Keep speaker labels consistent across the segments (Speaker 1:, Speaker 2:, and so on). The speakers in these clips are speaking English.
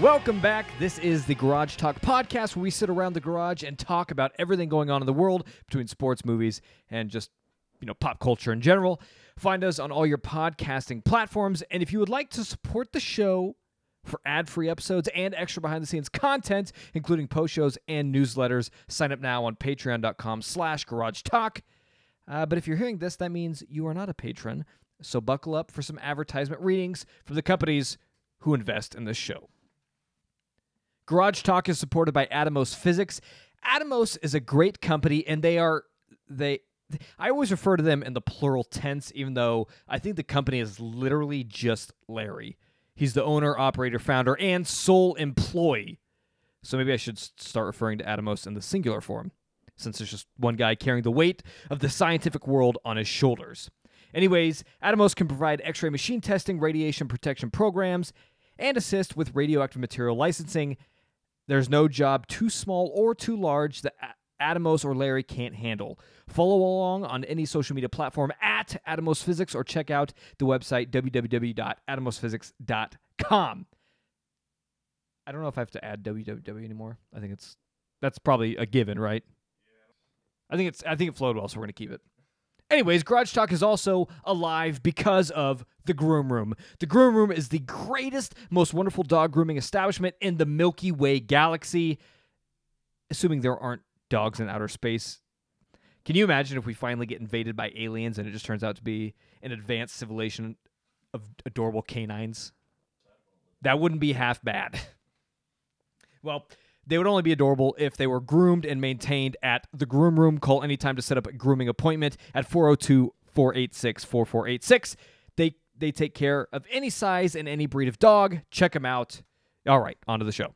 Speaker 1: Welcome back. This is the Garage Talk podcast where we sit around the garage and talk about everything going on in the world between sports, movies, and just, you know, pop culture in general. Find us on all your podcasting platforms. And if you would like to support the show for ad free episodes and extra behind the scenes content, including post shows and newsletters, sign up now on patreon.com slash garage talk. Uh, but if you're hearing this, that means you are not a patron. So buckle up for some advertisement readings from the companies who invest in this show. Garage Talk is supported by Atomos Physics. Atomos is a great company, and they are they. I always refer to them in the plural tense, even though I think the company is literally just Larry. He's the owner, operator, founder, and sole employee. So maybe I should s- start referring to Atomos in the singular form, since there's just one guy carrying the weight of the scientific world on his shoulders. Anyways, Atomos can provide x ray machine testing, radiation protection programs, and assist with radioactive material licensing. There's no job too small or too large that A- Atomos or Larry can't handle. Follow along on any social media platform at Atomos Physics or check out the website www.atomosphysics.com. I don't know if I have to add www anymore. I think it's that's probably a given, right? I think it's I think it flowed well, so we're gonna keep it. Anyways, Garage Talk is also alive because of the Groom Room. The Groom Room is the greatest, most wonderful dog grooming establishment in the Milky Way galaxy, assuming there aren't dogs in outer space. Can you imagine if we finally get invaded by aliens and it just turns out to be an advanced civilization of adorable canines? That wouldn't be half bad. Well, they would only be adorable if they were groomed and maintained at the groom room. Call anytime to set up a grooming appointment at 402 486 4486. They they take care of any size and any breed of dog. Check them out. All right, on to the show.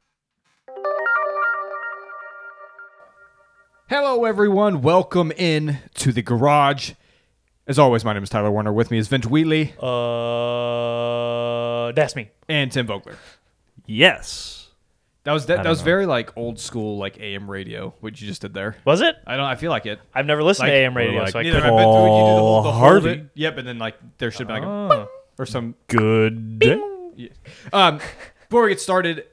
Speaker 1: Hello, everyone. Welcome in to the garage. As always, my name is Tyler Warner. With me is Vince Wheatley
Speaker 2: Uh, that's me.
Speaker 1: and Tim Vogler.
Speaker 2: Yes.
Speaker 1: That was that, that was very like old school like AM radio. What you just did there.
Speaker 2: Was it?
Speaker 1: I don't. I feel like it.
Speaker 2: I've never listened
Speaker 1: Like,
Speaker 2: to AM
Speaker 1: or
Speaker 2: radio,
Speaker 3: like-
Speaker 2: so I
Speaker 1: Neither
Speaker 2: could
Speaker 1: have I been through it. You did the whole, the
Speaker 3: Call
Speaker 1: whole of
Speaker 3: Harvey.
Speaker 1: it. Yep, and then like there should have been like
Speaker 2: Ah.
Speaker 1: a or some.
Speaker 3: Good day.
Speaker 1: yeah. Um, before we get started,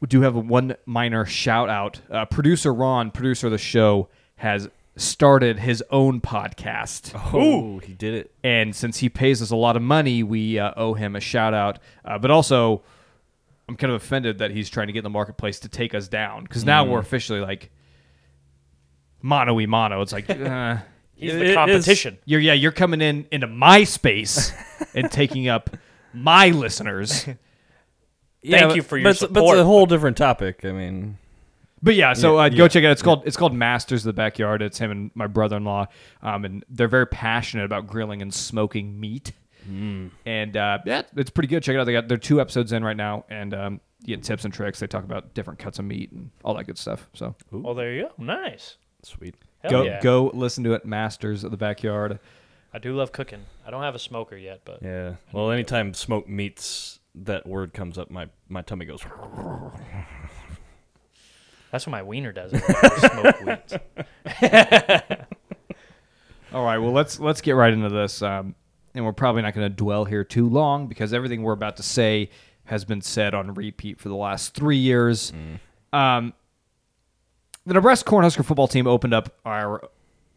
Speaker 1: we do have one minor shout out. Uh, producer Ron, producer of the show, has started his own podcast,
Speaker 3: Ooh, he did it.
Speaker 1: and since he pays us a lot of money, we uh, owe him a shout out. Uh, but also, I'm kind of offended that he's trying to get in the marketplace to take us down because now we're officially like mono y mono. It's like. Uh,
Speaker 2: He's
Speaker 3: It
Speaker 2: the
Speaker 3: is-
Speaker 2: competition.
Speaker 1: You're yeah, you're coming in into my space and taking up my listeners.
Speaker 2: Thank you for your
Speaker 3: but, it's- But
Speaker 2: support,
Speaker 3: it's a whole different topic. I mean,
Speaker 1: But yeah, so uh,
Speaker 3: Yeah,
Speaker 1: go
Speaker 3: yeah,
Speaker 1: check it out. It's called it's called Masters of the Backyard. It's him and my brother-in-law, um, and they're very passionate about grilling and smoking meat.
Speaker 3: Mm.
Speaker 1: And uh, yeah, it's pretty good. Check it out. They got they're two episodes in right now, and um, you get tips and tricks. They talk about different cuts of meat and all that good stuff. So
Speaker 2: Oh, there you go. Nice.
Speaker 3: sweet.
Speaker 2: Hell
Speaker 1: go
Speaker 2: yeah.
Speaker 1: go listen to it, Masters of the Backyard.
Speaker 2: I do love cooking. I don't have a smoker yet, but
Speaker 3: Yeah. Well, anytime smoke meats, that word comes up, my my tummy goes.
Speaker 2: that's what my wiener does. when I smoke weeds.
Speaker 1: All right, well let's let's get right into this, um, and we're probably not going to dwell here too long because everything we're about to say has been said on repeat for the last three years.
Speaker 2: Mm-hmm.
Speaker 1: Um, the Nebraska Cornhusker football team opened up our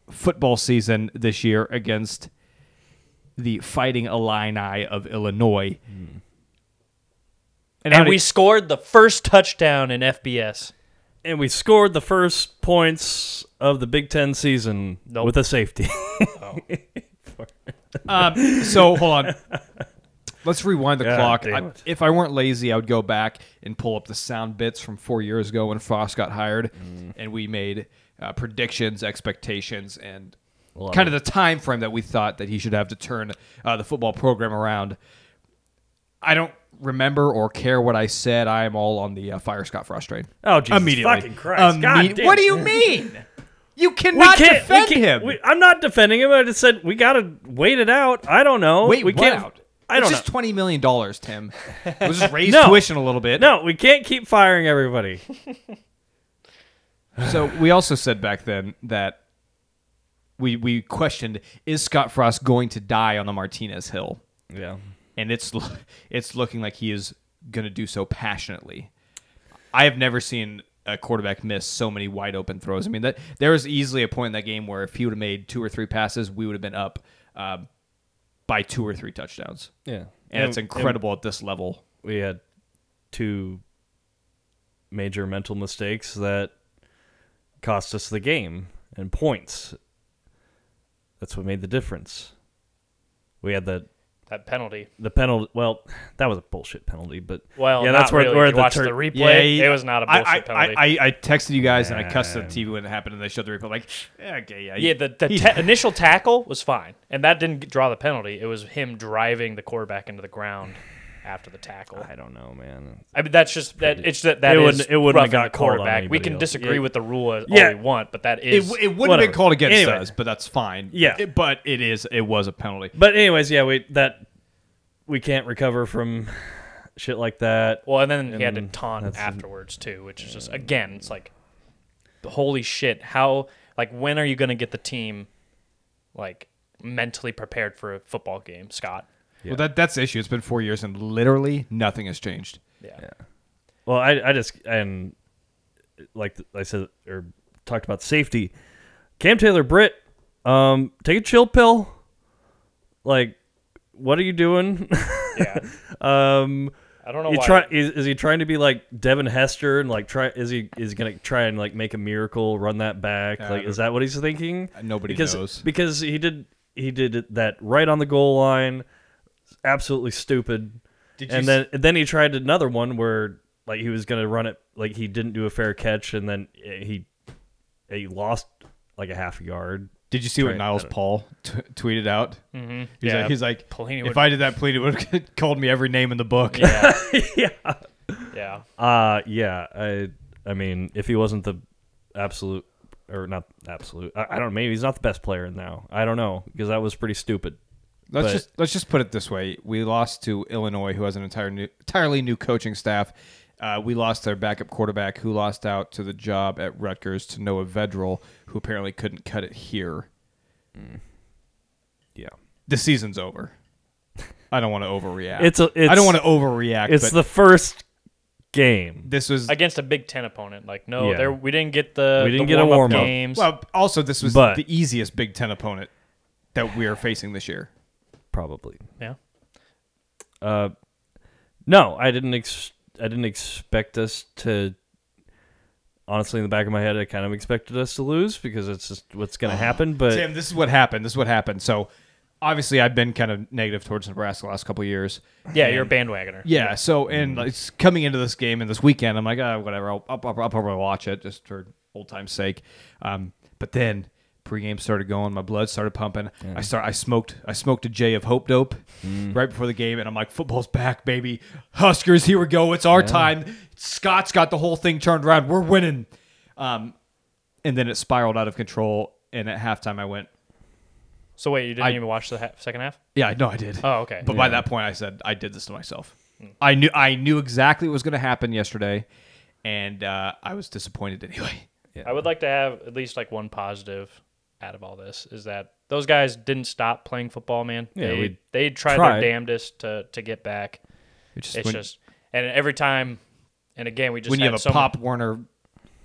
Speaker 1: football season this year against the Fighting Illini of Illinois, and,
Speaker 2: Mm. And
Speaker 1: howdy-
Speaker 2: we scored the first touchdown in FBS.
Speaker 3: And we scored the first points of the Big Ten season
Speaker 2: Nope.
Speaker 3: with a safety.
Speaker 1: Um, so hold on. Let's rewind the
Speaker 3: God
Speaker 1: clock.
Speaker 3: damn
Speaker 1: I,
Speaker 3: it.
Speaker 1: if I weren't lazy, I would go back and pull up the sound bits from four years ago when Frost got hired,
Speaker 3: Mm.
Speaker 1: and we made uh, predictions, expectations, and
Speaker 3: Love
Speaker 1: kind of the time frame that we thought that he should have to turn uh, the football program around. I don't remember or care what I said. I am all on the uh, fire Scott Frost train.
Speaker 3: oh, Jesus
Speaker 1: Immediately.
Speaker 3: fucking Christ! God
Speaker 1: Imme-
Speaker 3: damn.
Speaker 1: what do you mean? You
Speaker 3: We
Speaker 1: cannot
Speaker 3: can't
Speaker 1: defend
Speaker 3: we can't,
Speaker 1: him.
Speaker 3: we- I'm not defending him. I just said we gotta wait it out. I don't know.
Speaker 1: Wait,
Speaker 3: we
Speaker 1: what
Speaker 3: can't.
Speaker 1: out?
Speaker 3: I
Speaker 1: It's
Speaker 3: don't
Speaker 1: just
Speaker 3: know.
Speaker 1: twenty million dollars, Tim. It was just raise
Speaker 3: No.
Speaker 1: tuition a little bit.
Speaker 3: no, we can't keep firing everybody.
Speaker 1: So we also said back then that we we questioned is Scott Frost going to die on the Martinez Hill,
Speaker 3: yeah.
Speaker 1: and it's lo- it's looking like he is going to do so passionately. I have never seen a quarterback miss so many wide open throws. I mean, that there was easily a point in that game where if he would have made two or three passes, we would have been up uh, by two or three touchdowns.
Speaker 3: Yeah.
Speaker 1: And, it's incredible at this level.
Speaker 3: we had two major mental mistakes that cost us the game and points. That's what made the difference. We had the
Speaker 2: That penalty.
Speaker 3: the penalty. Well, that was a bullshit penalty, but
Speaker 2: Well,
Speaker 3: yeah,
Speaker 2: not
Speaker 3: that's where,
Speaker 2: really.
Speaker 3: where
Speaker 2: You
Speaker 3: the,
Speaker 2: watched
Speaker 3: tur-
Speaker 2: the replay.
Speaker 1: yeah.
Speaker 2: it was not a
Speaker 1: I,
Speaker 2: bullshit
Speaker 1: I,
Speaker 2: penalty.
Speaker 1: I, I texted you guys and I cussed at
Speaker 3: Um,
Speaker 1: the TV when it happened, and they showed the replay. Like, yeah, okay, yeah,
Speaker 2: yeah, the, the
Speaker 1: he-
Speaker 2: ta- initial tackle was fine, and that didn't draw the penalty. It was him driving the quarterback into the ground after the tackle.
Speaker 3: I don't know, man.
Speaker 2: I mean, that's just that. It's that that
Speaker 3: It
Speaker 2: is
Speaker 3: wouldn't- it wouldn't
Speaker 2: roughing
Speaker 3: have got
Speaker 2: the
Speaker 3: called on
Speaker 2: quarterback. We
Speaker 3: anybody
Speaker 2: can
Speaker 3: else.
Speaker 2: disagree
Speaker 3: Yeah.
Speaker 2: with the rule as
Speaker 3: Yeah.
Speaker 2: all we want, but that
Speaker 1: it,
Speaker 2: is
Speaker 1: it would have
Speaker 3: whatever.
Speaker 1: been called against
Speaker 3: Anyway.
Speaker 1: us, but that's fine.
Speaker 3: Yeah.
Speaker 1: It- but it is. It was a penalty.
Speaker 3: But anyways, yeah, we that we can't recover from shit like that.
Speaker 2: well, and then he had to taunt
Speaker 3: that's-
Speaker 2: afterwards too, which is just again, it's like, holy shit! How like when are you going to get the team like mentally prepared for a football game, Scott?
Speaker 1: Well, that that's the issue. It's been four years, and literally nothing has changed.
Speaker 2: Yeah,
Speaker 3: Well, I, I just and like I said or talked about safety. Cam Taylor Britt, um, take a chill pill. Like, what are you doing?
Speaker 2: yeah.
Speaker 3: um,
Speaker 2: I don't know
Speaker 3: you
Speaker 2: why.
Speaker 3: try is, is he trying to be like Devin Hester and like try is he is he gonna try and like make a miracle run that back?
Speaker 1: Yeah, I
Speaker 3: like,
Speaker 1: don't- Uh,
Speaker 3: is that what he's thinking?
Speaker 1: Nobody
Speaker 3: because,
Speaker 1: knows.
Speaker 3: because he did he did that right on the goal line, absolutely stupid.
Speaker 1: Did
Speaker 3: and
Speaker 1: you
Speaker 3: then and then he tried another one where like he was gonna run it like he didn't do a fair catch and then eh, he he lost like a half yard.
Speaker 1: Did you see what
Speaker 3: Right,
Speaker 1: Niles
Speaker 3: I don't-
Speaker 1: Paul t- tweeted out? Mm-hmm. He's,
Speaker 2: Yeah.
Speaker 1: like, he's like,
Speaker 2: Pelini
Speaker 1: if
Speaker 2: would-
Speaker 1: I did that, Pelini would have called me every name in the book.
Speaker 2: yeah,
Speaker 3: yeah.
Speaker 2: yeah.
Speaker 3: Uh yeah. I I mean if he wasn't the absolute or not absolute I, I don't know maybe he's not the best player now I don't know because that was pretty stupid.
Speaker 1: Let's
Speaker 3: But-
Speaker 1: just let's just put it this way: we lost to Illinois, who has an entire new, entirely new coaching staff. Uh, we lost their backup quarterback, who lost out to the job at Rutgers to Noah Vedral, who apparently couldn't cut it here.
Speaker 3: Yeah.
Speaker 1: The season's over. I don't want to overreact.
Speaker 3: It's a it's
Speaker 1: I don't want to overreact.
Speaker 3: It's
Speaker 1: but
Speaker 3: the first game.
Speaker 1: this was
Speaker 2: against a Big Ten opponent. Like, no,
Speaker 3: Yeah.
Speaker 2: there we didn't get the
Speaker 3: We didn't
Speaker 2: the
Speaker 3: get a
Speaker 2: warm-up
Speaker 3: warm-up.
Speaker 2: games.
Speaker 1: well. Also, this was
Speaker 3: But-
Speaker 1: the easiest Big Ten opponent that we are facing this year.
Speaker 3: probably.
Speaker 2: Yeah.
Speaker 3: Uh, no, I didn't. Ex- I didn't expect us to. Honestly, in the back of my head, I kind of expected us to lose because it's just what's going to happen. But
Speaker 1: Tim, this is what happened. This is what happened. So, obviously, I've been kind of negative towards Nebraska the last couple of years.
Speaker 2: yeah, you're a bandwagoner.
Speaker 1: Yeah. So, and like, it's coming into this game and this weekend, I'm like, ah, whatever. I'll, I'll, I'll probably watch it just for old time's sake. Um, but then pregame started going. My blood started pumping. I start. I smoked. I smoked a J of Hope Dope right before the game, and I'm like, football's back, baby. Huskers, here we go. It's our time. Scott's got the whole thing turned around. We're winning. Um, and then it spiraled out of control. And at halftime, I went,
Speaker 2: So wait, you didn't
Speaker 1: I-
Speaker 2: even watch the ha- second half?
Speaker 1: yeah, I know I did.
Speaker 2: Oh, okay.
Speaker 1: But by that point, I said I did this to myself. I knew I knew exactly what was going to happen yesterday, and uh, I was disappointed anyway.
Speaker 2: I would like to have at least like one positive out of all this is that those guys didn't stop playing football, man.
Speaker 3: Yeah,
Speaker 2: they,
Speaker 3: we
Speaker 2: they tried,
Speaker 3: tried.
Speaker 2: their damnedest to to get back.
Speaker 1: It just
Speaker 2: It's
Speaker 1: when,
Speaker 2: just and every time and again we just
Speaker 1: when you
Speaker 2: had
Speaker 1: have a
Speaker 2: so mu-
Speaker 1: Pop Warner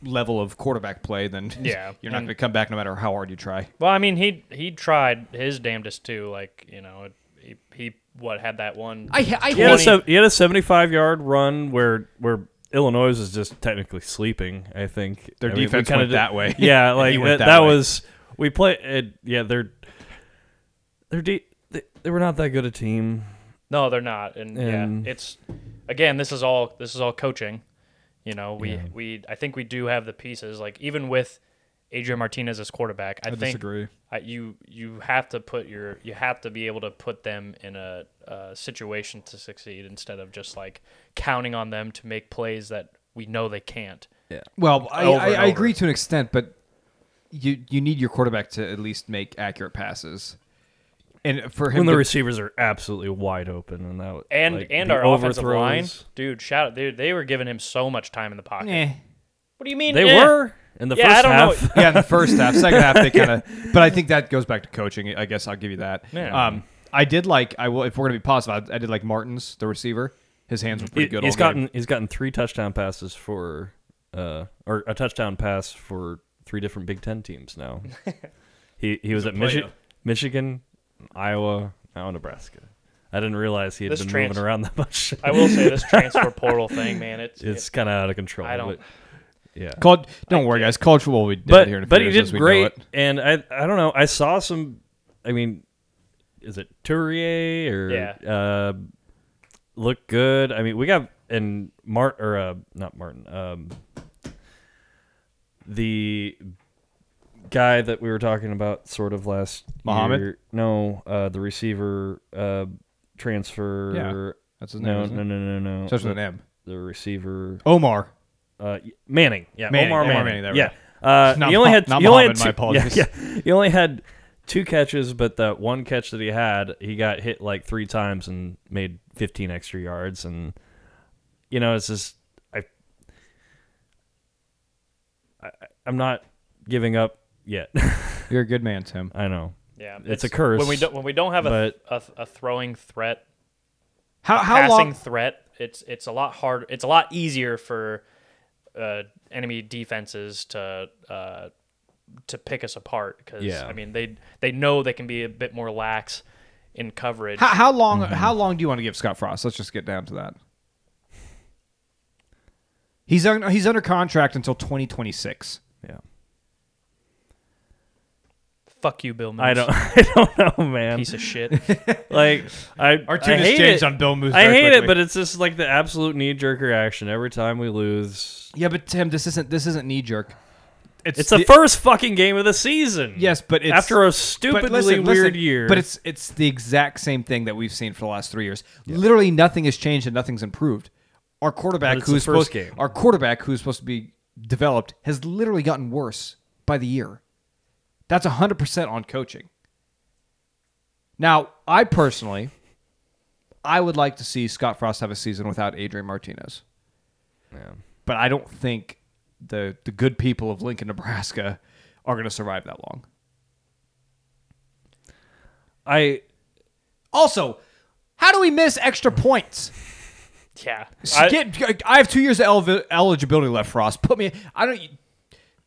Speaker 1: level of quarterback play, then
Speaker 2: Yeah,
Speaker 1: you're not going
Speaker 2: and-
Speaker 1: to come back no matter how hard you try.
Speaker 2: Well, I mean, he he tried his damnedest too. Like you know, he, he what had that one.
Speaker 1: I, I
Speaker 3: he, had a,
Speaker 2: 20
Speaker 3: sev- he had a seventy-five yard run where where Illinois is just technically sleeping. I think
Speaker 1: Their
Speaker 3: I mean, we
Speaker 1: defense
Speaker 3: kinda
Speaker 1: went that way.
Speaker 3: Yeah,
Speaker 1: And
Speaker 3: like
Speaker 1: he went
Speaker 3: that,
Speaker 1: that
Speaker 3: that
Speaker 1: way.
Speaker 3: was we play. It, yeah, they're they're de- they, they were not that good a team.
Speaker 2: No, they're not. And,
Speaker 3: And-
Speaker 2: yeah, it's again, this is all this is all coaching. You know, we we I think we do have the pieces. Like even with Adrian Martinez as quarterback, I, think
Speaker 1: disagree.
Speaker 2: I, you you have to put your you have to be able to put them in a, a situation to succeed instead of just like counting on them to make plays that we know they can't.
Speaker 1: Well, I,
Speaker 2: Over
Speaker 1: I,
Speaker 2: and
Speaker 1: I
Speaker 2: over.
Speaker 1: agree to an extent, but you you need your quarterback to at least make accurate passes, and for him
Speaker 3: When the
Speaker 1: to-
Speaker 3: receivers are absolutely wide open, and that
Speaker 2: And
Speaker 3: like,
Speaker 2: and
Speaker 3: the
Speaker 2: our offensive
Speaker 3: overthrows-
Speaker 2: line, dude, shout out, they they were giving him so much time in the pocket.
Speaker 1: Eh.
Speaker 2: What do you mean?
Speaker 3: They
Speaker 2: eh?
Speaker 3: were in the
Speaker 2: Yeah,
Speaker 3: first
Speaker 2: I don't
Speaker 3: half.
Speaker 2: know.
Speaker 1: yeah, in the first half, second half they kind of. But I think that goes back to coaching. I guess I'll give you that.
Speaker 2: Yeah.
Speaker 1: Um, I did like. I will. If we're gonna be positive, I, I did like Martin's the receiver. His hands were pretty
Speaker 3: He-
Speaker 1: good.
Speaker 3: He's
Speaker 1: all
Speaker 3: gotten
Speaker 1: Game.
Speaker 3: he's gotten three touchdown passes for, uh, or a touchdown pass for three different Big Ten teams now. he he was
Speaker 4: a
Speaker 3: at Michi-
Speaker 4: player.
Speaker 3: Michigan, Iowa, now Nebraska. I didn't realize he had
Speaker 2: This
Speaker 3: been
Speaker 2: trans-
Speaker 3: moving around that much.
Speaker 2: I will say this transfer portal thing, man. It's,
Speaker 3: it's kind of out of control.
Speaker 2: I don't-
Speaker 3: but- yeah.
Speaker 1: Called, don't worry, guys. College football will be dead
Speaker 3: but
Speaker 1: here in a few
Speaker 3: but he
Speaker 1: years
Speaker 3: did
Speaker 1: as we know
Speaker 3: great,
Speaker 1: it.
Speaker 3: and I I don't know. I saw some. I mean, is it Tourier or
Speaker 2: Yeah.
Speaker 3: uh, look good? I mean, we got and Mart or uh, not Martin. Um, the guy that we were talking about, sort of last
Speaker 1: Muhammad?
Speaker 3: year- No, uh, the receiver uh, transfer.
Speaker 1: That's his name.
Speaker 3: No,
Speaker 1: isn't
Speaker 3: no,
Speaker 1: it?
Speaker 3: no, no, no.
Speaker 1: Starts with an
Speaker 3: The,
Speaker 1: M.
Speaker 3: the receiver
Speaker 1: Omar.
Speaker 3: uh, y- Manning. Yeah,
Speaker 1: Manning,
Speaker 3: Omar
Speaker 1: Omar Manning,
Speaker 3: Manning.
Speaker 1: there we
Speaker 3: yeah, uh,
Speaker 1: Not
Speaker 3: he only
Speaker 1: Mo-
Speaker 3: had
Speaker 1: not
Speaker 3: he only had two,
Speaker 1: Muhammad, my apologies.
Speaker 3: Yeah, yeah. he only had two catches, but that one catch that he had, he got hit like three times and made 15 extra yards, and you know, it's just I, I I'm not giving up yet.
Speaker 1: You're a good man, Tim.
Speaker 3: I know.
Speaker 2: yeah,
Speaker 3: it's a curse,
Speaker 2: When we don't when we don't have a, a a throwing threat
Speaker 1: How how
Speaker 2: passing
Speaker 1: long?
Speaker 2: threat. It's it's a lot hard. It's a lot easier for uh, enemy defenses to uh, to pick us apart because
Speaker 3: Yeah.
Speaker 2: I mean they they know they can be a bit more lax in coverage.
Speaker 1: How, how long? How long do you want to give Scott Frost? Let's just get down to that. He's un, he's under contract until 2026.
Speaker 3: Yeah,
Speaker 2: Fuck you, Bill. Moose,
Speaker 3: I don't. I don't know, man.
Speaker 2: piece of shit.
Speaker 3: Like I,
Speaker 1: Our
Speaker 3: I
Speaker 1: tune has
Speaker 3: hate
Speaker 1: changed
Speaker 3: it.
Speaker 1: on Bill Moose.
Speaker 3: I
Speaker 1: very
Speaker 3: hate it,
Speaker 1: quickly.
Speaker 3: but it's just like the absolute knee jerker action every time we lose.
Speaker 1: yeah, but Tim, this isn't this isn't knee jerk.
Speaker 3: It's the, first fucking game of the season.
Speaker 1: Yes, but it's-
Speaker 3: after a
Speaker 1: but
Speaker 3: stupidly
Speaker 1: listen, listen,
Speaker 3: weird year.
Speaker 1: But it's it's the exact same thing that we've seen for the last three years. Literally nothing has changed and nothing's improved. Our
Speaker 3: But
Speaker 1: quarterback
Speaker 3: it's the
Speaker 1: who's
Speaker 3: first
Speaker 1: supposed
Speaker 3: game.
Speaker 1: our quarterback who's supposed to be developed has literally gotten worse by the year. That's hundred percent on coaching. Now, I personally, I would like to see Scott Frost have a season without Adrian Martinez but I don't think the the good people of Lincoln, Nebraska, are going to survive that long.
Speaker 3: I
Speaker 1: Also, how do we miss extra points?
Speaker 2: yeah, I-
Speaker 1: Get, I have two years of elv- eligibility left, Frost. Put me. I don't.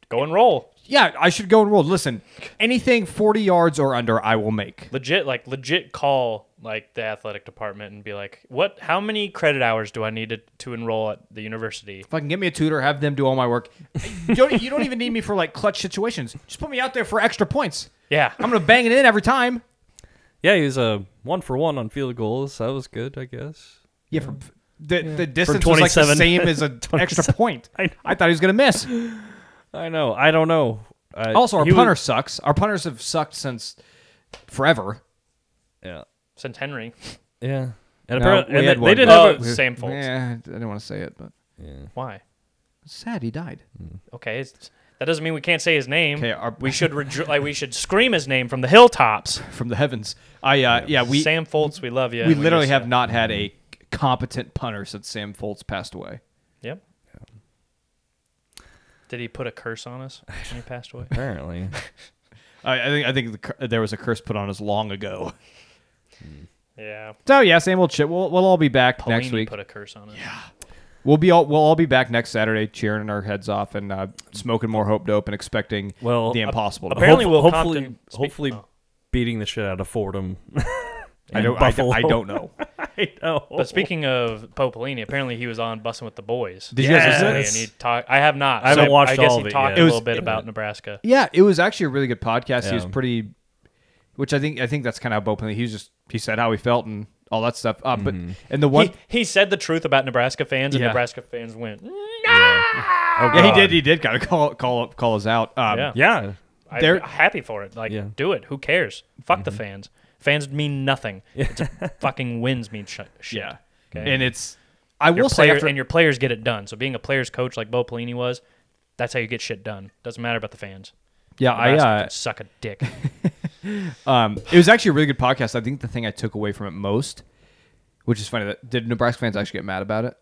Speaker 2: go and roll.
Speaker 1: Yeah, I should go enroll. Listen, anything forty yards or under, I will make.
Speaker 2: legit like legit call like the athletic department and be like what how many credit hours do i need to, to enroll at the university
Speaker 1: Fucking get me a tutor, have them do all my work. You don't, you don't even need me for like clutch situations. Just put me out there for extra points.
Speaker 2: yeah
Speaker 1: I'm gonna bang it in every time.
Speaker 3: yeah, he was a one for one on field goals. That was good, I guess.
Speaker 1: Yeah, from the the distance was like the
Speaker 3: 27.
Speaker 1: same as an extra point.
Speaker 3: I know.
Speaker 1: I thought he was gonna miss.
Speaker 3: I know. I don't know. I,
Speaker 1: Also, our
Speaker 3: he was-
Speaker 1: punter sucks. Our punters have sucked since forever.
Speaker 3: yeah,
Speaker 2: since henry
Speaker 3: yeah.
Speaker 1: No,
Speaker 3: And, apparent-
Speaker 1: we
Speaker 3: and
Speaker 1: had
Speaker 3: they,
Speaker 1: one,
Speaker 3: they did
Speaker 2: but-
Speaker 3: have.
Speaker 2: Oh,
Speaker 3: A,
Speaker 2: it's- Sam Foltz.
Speaker 1: Yeah, I didn't want to say it, but
Speaker 2: why
Speaker 1: it's sad he died.
Speaker 2: okay it's, that doesn't mean we can't say his name
Speaker 1: 'Kay, our-
Speaker 2: we should rejo- like we should scream his name from the hilltops
Speaker 1: From the heavens. I uh, yeah, we
Speaker 2: sam foltz we love you
Speaker 1: we
Speaker 2: and
Speaker 1: literally
Speaker 2: miss
Speaker 1: have not had a competent punter since Sam Foltz passed away.
Speaker 2: you. yep did he put a curse on us when he passed away
Speaker 3: apparently,
Speaker 1: I, I think I think the, cur- there was a curse put on us long ago.
Speaker 2: yeah
Speaker 1: So yeah, same old shit. We'll we'll all be back next
Speaker 2: Pelini
Speaker 1: week.
Speaker 2: put a curse on us yeah
Speaker 1: We'll be all we'll all be back next Saturday, cheering our heads off and uh, smoking more hope dope and expecting
Speaker 3: Well,
Speaker 1: the
Speaker 3: ap-
Speaker 1: impossible. to happen.
Speaker 2: apparently
Speaker 3: Hopef-
Speaker 2: Will
Speaker 3: hopefully,
Speaker 2: Compton- speak-
Speaker 3: hopefully,
Speaker 2: oh.
Speaker 3: beating the shit out of Fordham.
Speaker 1: I
Speaker 3: and
Speaker 1: don't I,
Speaker 3: Buffalo.
Speaker 1: I don't know.
Speaker 3: I know.
Speaker 1: Oh.
Speaker 2: but speaking of Popolini, apparently he was on bussing with the boys.
Speaker 1: Did you guys listen to
Speaker 2: Recently,
Speaker 3: this?
Speaker 2: And he talked. I have not.
Speaker 3: I haven't
Speaker 2: so
Speaker 3: watched
Speaker 2: I guess
Speaker 3: all of
Speaker 2: he
Speaker 3: it
Speaker 2: talked
Speaker 3: yet.
Speaker 2: a
Speaker 3: It
Speaker 2: little
Speaker 1: was-
Speaker 2: bit about Nebraska.
Speaker 1: Yeah, it was actually a really good podcast. He was
Speaker 3: Yeah.
Speaker 1: pretty, which I think I think that's kind of how openly he was just he said how he felt and all that stuff. Uh, But and the one
Speaker 2: He, he said the truth about Nebraska fans, and
Speaker 1: Yeah.
Speaker 2: Nebraska fans went. "Mm,
Speaker 3: Oh,
Speaker 1: yeah, he
Speaker 3: God.
Speaker 1: did he did kind of call call up call us out. Um,
Speaker 2: Yeah.
Speaker 3: Yeah,
Speaker 2: I,
Speaker 1: They're- Mm-hmm.
Speaker 2: am happy for it. Like,
Speaker 3: Yeah.
Speaker 2: do it. Who cares? Fuck the fans. Fans mean nothing. It's a fucking wins mean sh- shit.
Speaker 1: yeah,
Speaker 2: Okay.
Speaker 1: and it's I
Speaker 2: Your
Speaker 1: will say
Speaker 2: player-
Speaker 1: after
Speaker 2: and your players get it done. So being a players coach like Bo Pelini was, that's how you get shit done. Doesn't matter about the fans.
Speaker 1: yeah I
Speaker 2: Nebraska
Speaker 1: uh,
Speaker 2: can suck a dick.
Speaker 1: um it was actually a really good podcast. I think the thing I took away from it most, which is funny that did Nebraska fans actually get mad about it?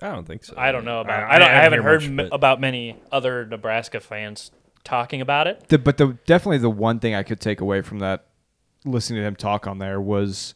Speaker 3: I don't think so.
Speaker 2: I don't know about. I, don't. I, haven't
Speaker 3: hear
Speaker 2: heard
Speaker 3: much,
Speaker 2: m-
Speaker 3: but-
Speaker 2: about many other Nebraska fans talking about it.
Speaker 1: The, but the definitely the one thing I could take away from that listening to him talk on there was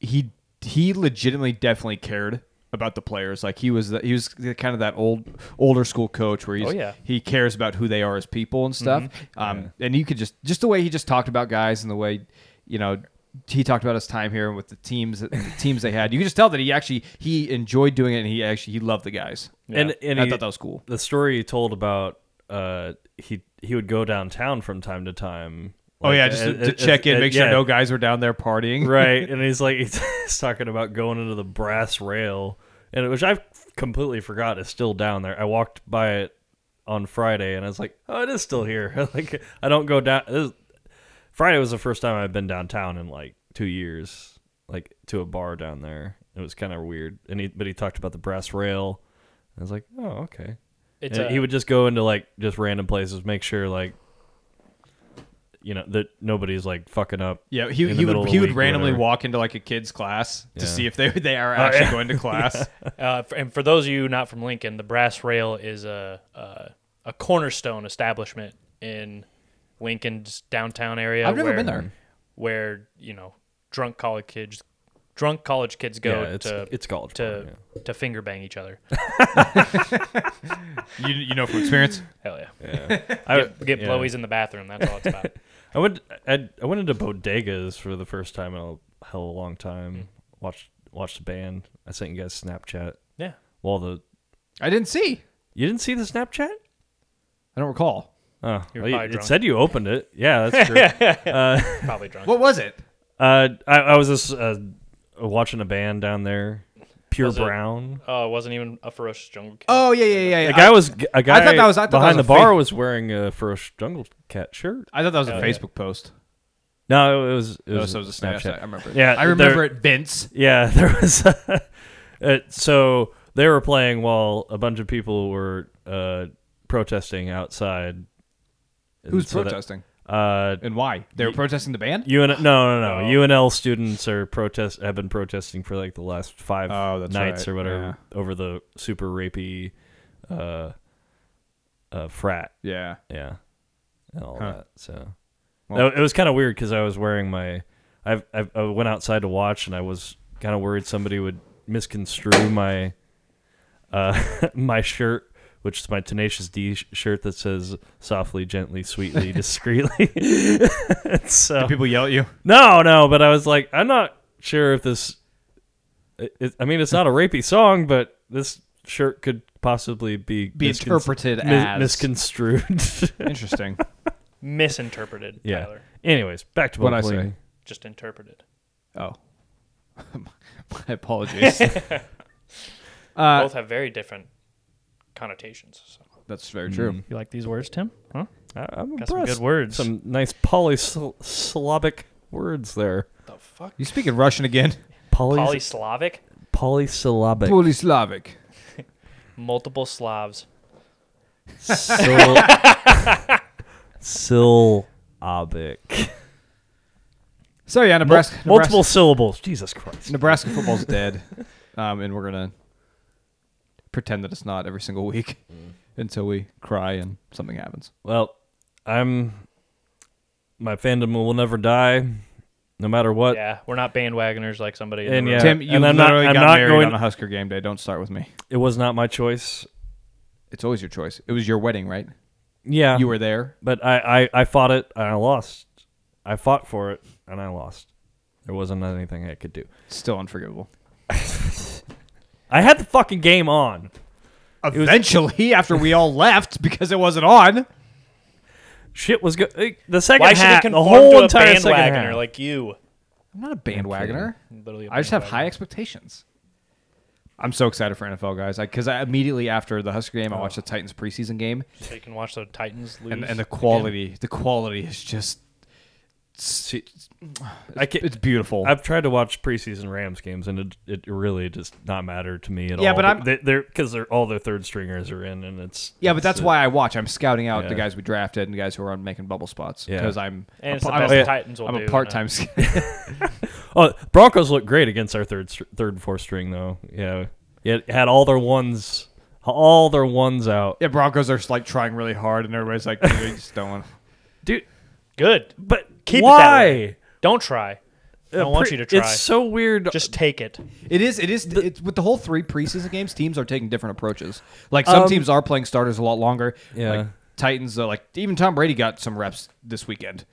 Speaker 1: he he legitimately definitely cared about the players. Like he was the, he was the- kind of that old older school coach where he's,
Speaker 2: Oh, yeah.
Speaker 1: he cares about who they are as people and stuff. Um, and you could just just the way he just talked about guys and the way you know he talked about his time here and with the teams the teams they had. You could just tell that he actually he enjoyed doing it and he actually he loved the guys.
Speaker 3: And and
Speaker 1: I
Speaker 3: he-
Speaker 1: thought that was cool.
Speaker 3: the story he told about uh he he would go downtown from time to time.
Speaker 1: oh
Speaker 3: like,
Speaker 1: yeah, just
Speaker 3: uh,
Speaker 1: to,
Speaker 3: uh,
Speaker 1: to check
Speaker 3: uh,
Speaker 1: in, make sure
Speaker 3: yeah,
Speaker 1: no guys were down there partying.
Speaker 3: right. And he's like he's talking about going into the brass rail, and it- which I completely forgot is still down there. I walked by it on Friday, and I was like, oh, it is still here. like I don't go down. This, Friday was the first time I've been downtown in like two years, like to a bar down there. It was kind of weird. And he but he talked about the brass rail. I was like, oh okay.
Speaker 2: It's
Speaker 3: And
Speaker 2: a,
Speaker 3: he would just go into like just random places, make sure like you know that nobody's like fucking up.
Speaker 1: Yeah, he,
Speaker 3: in the
Speaker 1: he
Speaker 3: middle
Speaker 1: would
Speaker 3: of
Speaker 1: he
Speaker 3: the
Speaker 1: would
Speaker 3: week or
Speaker 1: randomly
Speaker 3: whatever.
Speaker 1: walk into like a kid's class to
Speaker 3: Yeah. Oh,
Speaker 1: see if they they are
Speaker 3: yeah.
Speaker 1: actually going to class.
Speaker 2: Uh, f- and for those of you not from Lincoln, the Brass Rail is a a, a cornerstone establishment in Lincoln's downtown area.
Speaker 1: I've never
Speaker 2: where,
Speaker 1: been there.
Speaker 2: Where you know drunk college kids, drunk college kids go
Speaker 3: yeah, it's
Speaker 2: to
Speaker 3: it's college.
Speaker 2: to
Speaker 3: party,
Speaker 2: to finger bang each other.
Speaker 1: You you know from experience.
Speaker 2: Hell yeah!
Speaker 3: yeah. Yeah. I,
Speaker 2: Get, get
Speaker 3: yeah.
Speaker 2: blowies in the bathroom. That's all it's about.
Speaker 3: I went I, I went into bodegas for the first time in a hell of a long time.
Speaker 2: Hmm.
Speaker 3: Watched watched a band. I sent you guys Snapchat.
Speaker 2: yeah.
Speaker 3: Well, the
Speaker 1: I didn't see.
Speaker 3: you didn't see the Snapchat?
Speaker 1: I don't recall.
Speaker 3: Oh,
Speaker 2: You were
Speaker 3: well, you-
Speaker 2: probably
Speaker 3: it
Speaker 2: drunk.
Speaker 3: said you opened it. Yeah, that's true.
Speaker 2: Probably drunk.
Speaker 1: What was it?
Speaker 3: uh, I, I was just uh, watching a band down there. Pure
Speaker 2: Was it-
Speaker 3: Brown.
Speaker 2: Oh, it wasn't even a ferocious jungle cat.
Speaker 1: Oh yeah yeah yeah. yeah.
Speaker 3: A guy was a guy
Speaker 1: that was- I thought that
Speaker 3: behind
Speaker 1: was
Speaker 3: the
Speaker 1: a
Speaker 3: bar
Speaker 1: fake-
Speaker 3: was wearing uh, a Ferocious Jungle Cat shirt.
Speaker 1: I, I thought that was a
Speaker 2: Oh, yeah.
Speaker 1: Facebook post.
Speaker 3: No, it was it
Speaker 2: Oh,
Speaker 1: No,
Speaker 3: was,
Speaker 1: so it was a Snapchat. I remember. It.
Speaker 3: Yeah,
Speaker 1: I remember it. Vince.
Speaker 3: Yeah, there was. uh, so they were playing while a bunch of people were uh, protesting outside. And
Speaker 1: Who's
Speaker 3: so that-
Speaker 1: protesting
Speaker 3: uh,
Speaker 1: and why? They were protesting the band.
Speaker 3: UN, no, no, no.
Speaker 2: Oh.
Speaker 3: UNL students are protest have been protesting for like the last five
Speaker 1: Oh, that's
Speaker 3: nights
Speaker 1: right,
Speaker 3: or whatever over the super rapey uh, uh, frat.
Speaker 1: Yeah.
Speaker 3: Yeah, and all
Speaker 1: Huh.
Speaker 3: that. So
Speaker 1: Well-
Speaker 3: That- it was kind of weird because I was wearing my. I've, I've I went outside to watch and I was kind of worried somebody would misconstrue my, uh, my shirt, which is my Tenacious D sh- shirt that says "softly, gently, sweetly, discreetly." And so
Speaker 1: People yell at you.
Speaker 3: no, no, but I was like, I'm not sure if this. It, it- I mean, it's not a rapey song, but this shirt could possibly be
Speaker 1: Be
Speaker 3: miscon-
Speaker 1: interpreted
Speaker 3: mi-
Speaker 1: as-
Speaker 3: misconstrued.
Speaker 1: Interesting.
Speaker 2: Misinterpreted,
Speaker 3: Yeah.
Speaker 2: Tyler.
Speaker 3: Anyways, back to
Speaker 1: What'd I
Speaker 3: Bumbling.
Speaker 1: say?
Speaker 2: Just interpreted.
Speaker 1: Oh. My apologies. uh,
Speaker 2: Both have very different connotations. So.
Speaker 1: that's very
Speaker 3: Mm.
Speaker 1: true.
Speaker 2: You like these words, Tim? Huh?
Speaker 3: I, am
Speaker 2: Got some
Speaker 3: impressed.
Speaker 2: good words.
Speaker 3: Some nice polysyllabic words there.
Speaker 2: The fuck?
Speaker 1: You speak in Russian again?
Speaker 3: Poly-
Speaker 2: Polyslavic?
Speaker 3: polysyllabic.
Speaker 1: Fully Slavic.
Speaker 2: Multiple Slavs.
Speaker 3: Syl- syllabic.
Speaker 1: So yeah, Nebraska.
Speaker 3: Multiple
Speaker 1: Nebraska-
Speaker 3: syllables. Jesus Christ.
Speaker 1: Nebraska football's dead, um, and we're gonna pretend that it's not every single week until we cry and something happens.
Speaker 3: Well, I'm. My fandom will never die, no matter what.
Speaker 2: Yeah, we're not bandwagoners like somebody. in
Speaker 3: And
Speaker 2: the
Speaker 3: yeah,
Speaker 2: room.
Speaker 1: Tim, you
Speaker 3: and I'm not-
Speaker 1: literally
Speaker 3: I'm
Speaker 1: got
Speaker 3: not
Speaker 1: married
Speaker 3: going-
Speaker 1: on a Husker game day. Don't start with me.
Speaker 3: It was not my choice.
Speaker 1: It's always your choice. It was your wedding, right?
Speaker 3: Yeah.
Speaker 1: You were there.
Speaker 3: But I, I, I fought it and I lost. I fought for it and I lost. There wasn't anything I could do.
Speaker 1: Still unforgivable.
Speaker 3: I had the fucking game on.
Speaker 1: Eventually, after we all left because it wasn't on.
Speaker 3: Shit was good. The second
Speaker 2: Why should
Speaker 3: half,
Speaker 2: it
Speaker 3: the
Speaker 2: conform
Speaker 3: whole
Speaker 2: to a
Speaker 3: entire second
Speaker 2: bandwagoner
Speaker 3: half.
Speaker 2: like you?
Speaker 1: I'm not a bandwagoner.
Speaker 2: Literally a
Speaker 1: I just have
Speaker 2: bandwagoner.
Speaker 1: high expectations. I'm so excited for NFL guys because I, immediately after the Husker
Speaker 3: Oh.
Speaker 1: game, I watched the Titans preseason game,
Speaker 2: So you can watch the Titans lose.
Speaker 1: and, and the quality, the quality is just
Speaker 3: See, I can't,
Speaker 1: it's beautiful.
Speaker 3: I've tried to watch preseason Rams games and it, it really does not matter to me at all.
Speaker 1: Yeah, but I'm-
Speaker 3: they, they're because they're all their third stringers are in and it's
Speaker 1: yeah, but that's
Speaker 3: it's a-
Speaker 1: why I watch. I'm scouting out the
Speaker 3: Yeah.
Speaker 1: guys we drafted and guys who are on making bubble spots
Speaker 3: Yeah.
Speaker 1: because I'm a
Speaker 2: And it's the
Speaker 1: pa- I'm
Speaker 2: best
Speaker 1: a-
Speaker 2: the Titans will
Speaker 1: I'm
Speaker 2: do,
Speaker 1: a
Speaker 2: and
Speaker 1: part time.
Speaker 3: Oh, Broncos look great against our third, str- third and fourth string though. Yeah, yeah, had all their ones, all their ones out,
Speaker 1: yeah, Broncos are just, like trying really hard, and everybody's like, "Dude, we just don't want."
Speaker 3: dude.
Speaker 2: good.
Speaker 3: But
Speaker 2: Keep it that
Speaker 3: why? Uh,
Speaker 2: way. Don't try. I
Speaker 1: uh,
Speaker 2: want you to try.
Speaker 3: It's so weird.
Speaker 2: Just take it.
Speaker 1: It is. It is. it's with the whole three preseason games. Teams are taking different approaches. Like some
Speaker 3: Um,
Speaker 1: teams are playing starters a lot longer.
Speaker 3: Yeah.
Speaker 1: Like Titans. Uh, like even Tom Brady got some reps this weekend.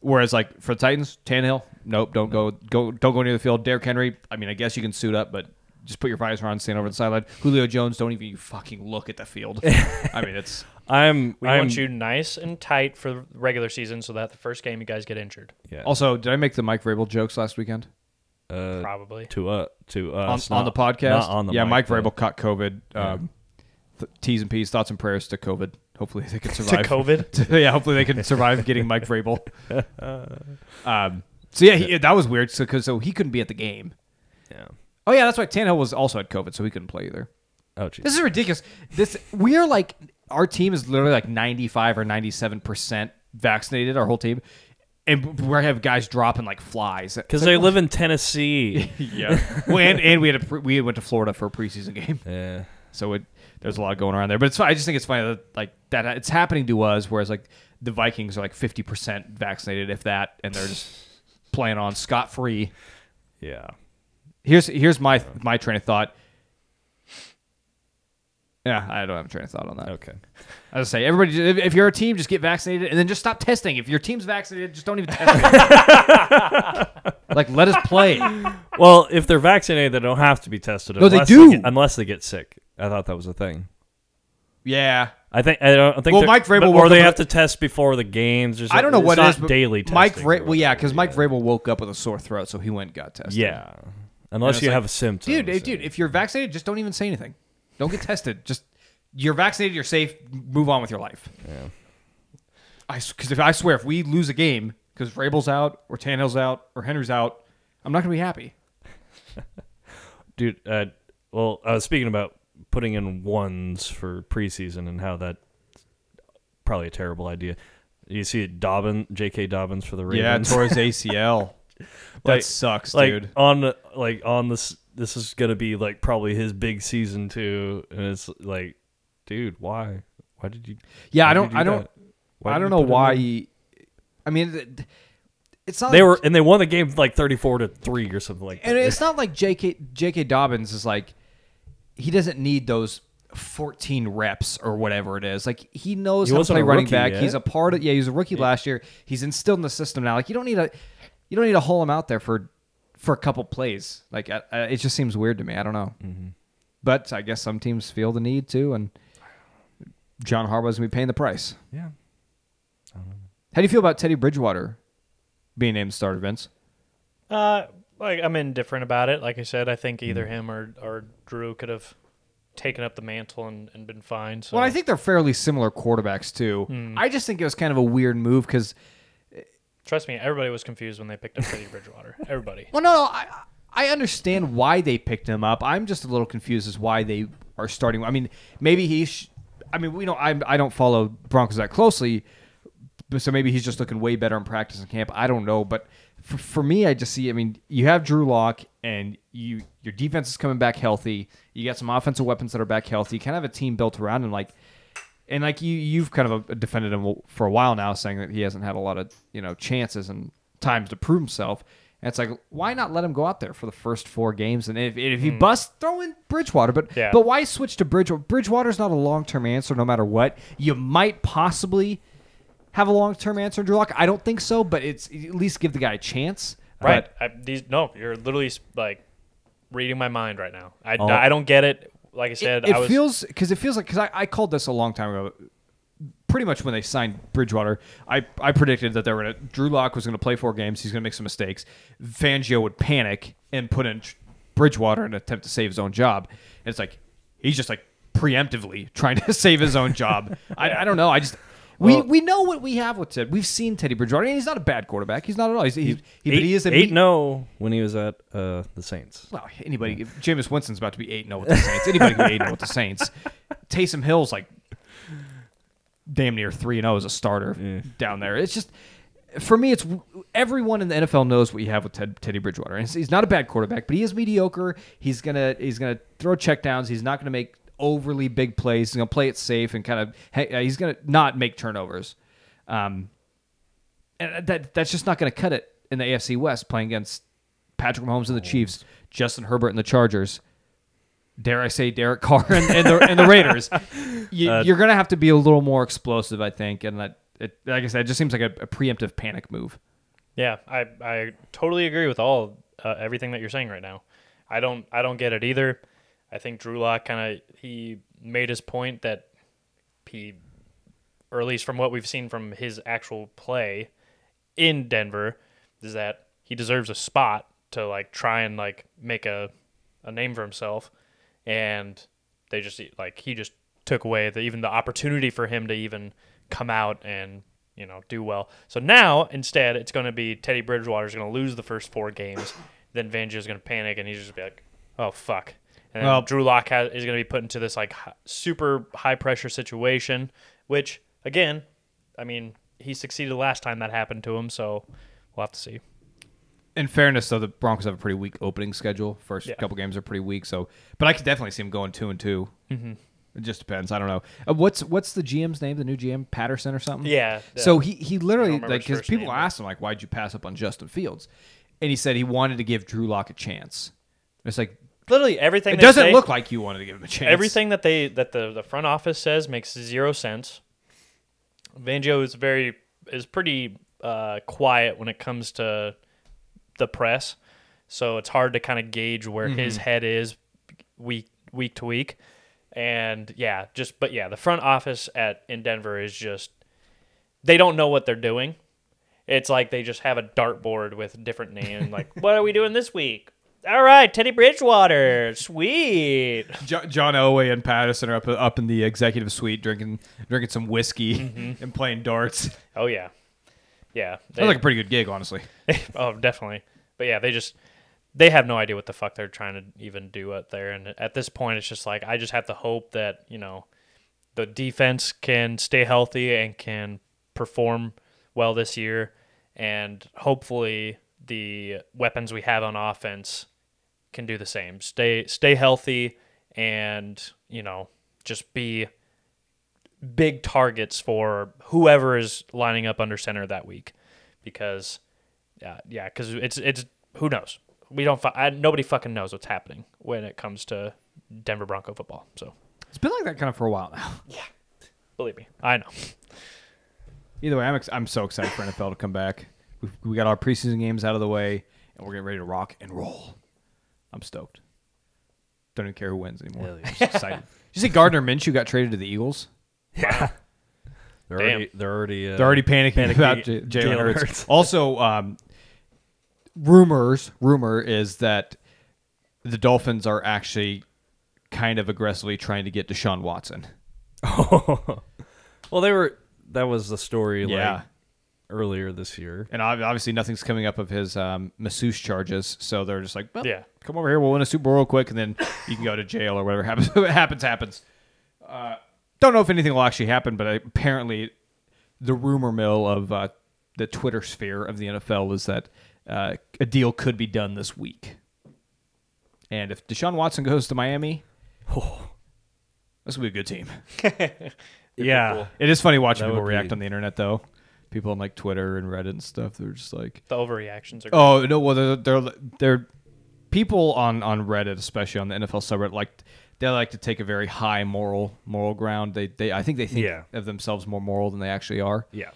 Speaker 1: Whereas like for the Titans, Tannehill, nope, don't go, go, don't go near the field. Derrick Henry. I mean, I guess you can suit up, but just put your visor on, stand over the sideline. Julio Jones, don't even you fucking look at the field. I mean, it's
Speaker 3: I'm.
Speaker 2: We
Speaker 3: I'm,
Speaker 2: want you nice and tight for the regular season so that the first game you guys get injured.
Speaker 3: Yeah.
Speaker 1: also. Did I make the Mike Vrabel jokes last weekend?
Speaker 3: uh,
Speaker 2: Probably.
Speaker 3: to uh to
Speaker 1: on,
Speaker 3: us
Speaker 1: on the
Speaker 3: not-
Speaker 1: podcast.
Speaker 3: not on the
Speaker 1: yeah,
Speaker 3: mic,
Speaker 1: Mike
Speaker 3: but-
Speaker 1: Vrabel caught COVID. Um, th- T's and P's, thoughts and prayers to COVID. Hopefully they can
Speaker 2: To
Speaker 1: survive.
Speaker 2: COVID.
Speaker 1: yeah, hopefully they can survive getting Mike Vrabel. Um, so yeah, he, that was weird. So cause, so he couldn't be at the game.
Speaker 3: Yeah.
Speaker 1: Oh yeah, that's why Tannehill was also had COVID, so he couldn't play either.
Speaker 3: Oh jeez.
Speaker 1: This is ridiculous. This we are like our team is literally like ninety five or ninety seven percent vaccinated. Our whole team, and we have guys dropping like flies
Speaker 3: Because they live in Tennessee.
Speaker 1: yeah. Well, and, and we had a pre- we went to Florida for a preseason game.
Speaker 3: yeah.
Speaker 1: So it, there's a lot going around there, but it's fine. I just think it's funny that like that uh, it's happening to us, whereas like the Vikings are like 50 percent vaccinated, if that, and they're just playing on scot free.
Speaker 3: Yeah.
Speaker 1: Here's here's my my train of thought. Yeah, I don't have a train of thought on that.
Speaker 3: Okay.
Speaker 1: I was gonna say everybody, if- if you're a team, just get vaccinated and then just stop testing. If your team's vaccinated, just don't even test. like let us play.
Speaker 3: Well, if they're vaccinated, they don't have to be tested.
Speaker 1: No, they
Speaker 3: unless
Speaker 1: do.
Speaker 3: get- unless they get sick. I thought that was a thing.
Speaker 1: Yeah,
Speaker 3: I think I don't I think.
Speaker 1: Well,
Speaker 3: they're-
Speaker 1: Mike Vrabel
Speaker 3: but-
Speaker 1: woke
Speaker 3: or they
Speaker 1: up
Speaker 3: have
Speaker 1: with-
Speaker 3: to test before the games. Or something.
Speaker 1: I don't know
Speaker 3: it's
Speaker 1: what it
Speaker 3: not
Speaker 1: is. but
Speaker 3: daily.
Speaker 1: Mike
Speaker 3: testing
Speaker 1: Vra-
Speaker 3: or
Speaker 1: well, yeah,
Speaker 3: whatever,
Speaker 1: because Mike Vrabel woke up with a sore throat, so he went and got tested.
Speaker 3: Yeah.
Speaker 1: And
Speaker 3: Unless
Speaker 1: it's
Speaker 3: you
Speaker 1: like,
Speaker 3: have a symptom.
Speaker 1: dude, dude, if you're vaccinated, just don't even say anything. Don't get tested. Just you're vaccinated, you're safe. Move on with your life. Yeah. I because if I swear, if we lose a game because Vrabel's out or Tannehill's out or Henry's out, I'm not gonna be happy.
Speaker 3: dude. Uh, well, I was speaking about putting in ones for preseason and how that probably a terrible idea. You see Dobbin, J.K. Dobbins for the Ravens.
Speaker 1: ACL.
Speaker 3: Like-
Speaker 1: sucks,
Speaker 3: like on the- like on this. This is gonna be like probably his big season too, and it's like, dude, why? Why did you?
Speaker 1: Yeah,
Speaker 3: why
Speaker 1: I
Speaker 3: did
Speaker 1: don't.
Speaker 3: you
Speaker 1: I don't.
Speaker 3: that? Why
Speaker 1: I
Speaker 3: did
Speaker 1: don't
Speaker 3: you
Speaker 1: know
Speaker 3: put him
Speaker 1: why.
Speaker 3: in?
Speaker 1: He, I mean, th- th- it's not.
Speaker 3: They
Speaker 1: like-
Speaker 3: were and they won the game like thirty-four to three or something like that.
Speaker 1: and it's not like J.K. J.K. Dobbins is like he doesn't need those fourteen reps or whatever it is. Like he knows
Speaker 3: He
Speaker 1: how to
Speaker 3: wasn't
Speaker 1: play
Speaker 3: a
Speaker 1: running
Speaker 3: rookie
Speaker 1: back.
Speaker 3: yet.
Speaker 1: He's a part of yeah. He was a rookie last year. He's instilled in the system now. Like you don't need a you don't need to haul him out there for for a couple plays. Like I, I, it just seems weird to me. I don't know.
Speaker 3: Mm-hmm.
Speaker 1: But I guess some teams feel the need to, and John Harbaugh's gonna be paying the price.
Speaker 3: Yeah.
Speaker 1: How do you feel about Teddy Bridgewater being named starter, Vince?
Speaker 2: Uh, like I'm indifferent about it. Like I said, I think either him or, or Drew could have taken up the mantle and, and been fine. So
Speaker 1: Well, I think they're fairly similar quarterbacks too. I just think it was kind of a weird move because
Speaker 2: trust me, everybody was confused when they picked up Teddy Bridgewater. Everybody.
Speaker 1: well, no, I I understand why they picked him up. I'm just a little confused as why they are starting. I mean, maybe he. Sh- I mean, we don't. I I don't follow Broncos that closely, but so maybe he's just looking way better in practice and camp. I don't know, but for, for me, I just see. I mean, you have Drew Lock and you your defense is coming back healthy. You got some offensive weapons that are back healthy. You kind of have a team built around him, like. and like you you've kind of uh, defended him for a while now saying that he hasn't had a lot of you know chances and times to prove himself and it's like why not let him go out there for the first four games and if, if he busts throw in bridgewater but
Speaker 2: Hmm. Yeah.
Speaker 1: but why switch to bridgewater bridgewater's not a long-term answer no matter what you might possibly have a long-term answer drew lock i don't think so but it's at least give the guy a chance
Speaker 2: Right.
Speaker 1: But
Speaker 2: I, these no, you're literally like reading my mind right now. I,
Speaker 3: Oh.
Speaker 2: I don't get it. Like I said,
Speaker 1: it, it
Speaker 2: I was
Speaker 1: feels because it feels like because I, I called this a long time ago. Pretty much when they signed Bridgewater, I, I predicted that they were gonna, Drew Lock was going to play four games. He's going to make some mistakes. Fangio would panic and put in Tr- Bridgewater in an attempt to save his own job. And it's like he's just like preemptively trying to save his own job. I, I don't know. I just we,
Speaker 3: Well-
Speaker 1: we know what we have with Ted. We've seen Teddy Bridgewater, and he's not a bad quarterback. He's not at all. He's, he's, he, but he is a
Speaker 3: eight
Speaker 1: meat-
Speaker 3: no when he was at uh, the Saints.
Speaker 1: well, anybody, if Jameis Winston's about to be 8 0 with the Saints. Anybody can be 8 0 with the Saints. Taysom Hill's like damn near 3 0 as a starter down there. It's just, for me, it's everyone in the NFL knows what you have with Ted, Teddy Bridgewater. And he's not a bad quarterback, but he is mediocre. He's going to he's gonna throw checkdowns. He's not going to make overly big plays. He's going to play it safe and kind of, hey, uh, he's going to not make turnovers. uh, Um, and that that's just not going to cut it in the AFC West playing against Patrick Mahomes and the Chiefs, Justin Herbert and the Chargers. Dare I say Derek Carr and, and the and the Raiders? You, you're gonna have to be a little more explosive, I think. And that, it, like I said, it just seems like a, a preemptive panic move.
Speaker 2: Yeah, I I totally agree with all uh, everything that you're saying right now. I don't I don't get it either. I think Drew Lock kind of he made his point that he, or at least from what we've seen from his actual play in Denver, is that he deserves a spot to like try and like make a a name for himself, and they just like he just took away the, even the opportunity for him to even come out and you know do well. So now instead it's going to be Teddy Bridgewater's going to lose the first four games, then Van is going to panic and he's just gonna be like, oh fuck. And then
Speaker 1: Well-
Speaker 2: Drew Lock has, is going to be put into this like hi- super high pressure situation, which again, I mean he succeeded last time that happened to him, so we'll have to see.
Speaker 1: in fairness, though, the Broncos have a pretty weak opening schedule. First couple games are pretty weak, so but I could definitely see them going two and 2 Mm-hmm. It just depends. I don't know. Uh, what's what's the GM's name? The new GM, Patterson or something.
Speaker 2: Yeah, yeah.
Speaker 1: So he he literally
Speaker 2: remember
Speaker 1: like because
Speaker 2: his first
Speaker 1: people
Speaker 2: name, but-
Speaker 1: asked him like, why'd you pass up on Justin Fields? And he said he wanted to give Drew Lock a chance. It's like
Speaker 2: Literally everything
Speaker 1: it
Speaker 2: they
Speaker 1: doesn't
Speaker 2: say-
Speaker 1: look like you wanted to give him a chance.
Speaker 2: Everything that they that the, the front office says makes zero sense. Vangio is very is pretty uh, quiet when it comes to the press, so it's hard to kind of gauge where his head is week week to week. And yeah, just but yeah, the front office at in Denver is just they don't know what they're doing. It's like they just have a dartboard with different names. like, what are we doing this week? All right, Teddy Bridgewater, sweet.
Speaker 1: Jo- John Elway and Patterson are up up in the executive suite drinking drinking some whiskey and playing darts.
Speaker 2: Oh yeah, yeah. They,
Speaker 1: That's like a pretty good gig, honestly.
Speaker 2: oh, definitely. But yeah, they just they have no idea what the fuck they're trying to even do up there. And at this point, it's just like I just have to hope that you know the defense can stay healthy and can perform well this year, and hopefully the weapons we have on offense can do the same. Stay stay healthy and you know just be big targets for whoever is lining up under center that week because yeah yeah because it's it's who knows we don't fu- I, nobody fucking knows what's happening when it comes to denver bronco football so
Speaker 1: It's been like that kind of for a while now.
Speaker 2: believe me i know
Speaker 1: Either way, I'm ex- I'm so excited for NFL to come back. We we got our preseason games out of the way, and we're getting ready to rock and roll. I'm stoked. Don't even care who wins anymore. I'm just excited. Did you see Gardner Minshew got traded to the Eagles?
Speaker 3: They're
Speaker 2: Damn.
Speaker 3: already they're already uh,
Speaker 1: They're already panicking, about J-
Speaker 3: Jalen
Speaker 1: Jalen Hurts.
Speaker 3: Hurts.
Speaker 1: Also, um, rumors rumor is that the Dolphins are actually kind of aggressively trying to get Deshaun Watson.
Speaker 3: well, they were. That was the story.
Speaker 1: Yeah.
Speaker 3: like earlier this year.
Speaker 1: And ob- obviously, nothing's coming up of his um, masseuse charges, so they're just like, well,
Speaker 2: Yeah.
Speaker 1: come over here, we'll win a Super Bowl real quick, and then you can go to jail or whatever happens. What happens happens. Uh, don't know if anything will actually happen, but I, apparently, the rumor mill of uh, the Twitter sphere of the NFL is that uh, a deal could be done this week. And if Deshaun Watson goes to Miami, this will be a good team.
Speaker 3: yeah,
Speaker 1: It is funny watching
Speaker 3: That
Speaker 1: people
Speaker 3: would
Speaker 1: react
Speaker 3: be-
Speaker 1: on the internet, though. People on like Twitter and Reddit and stuff, they're just like,
Speaker 2: the overreactions are
Speaker 1: Oh no! Well, they're they're, they're people on, on Reddit, especially on the NFL subreddit, like they like to take a very high moral moral ground. They they I think they think
Speaker 3: Yeah.
Speaker 1: of themselves more moral than they actually are.
Speaker 3: yeah.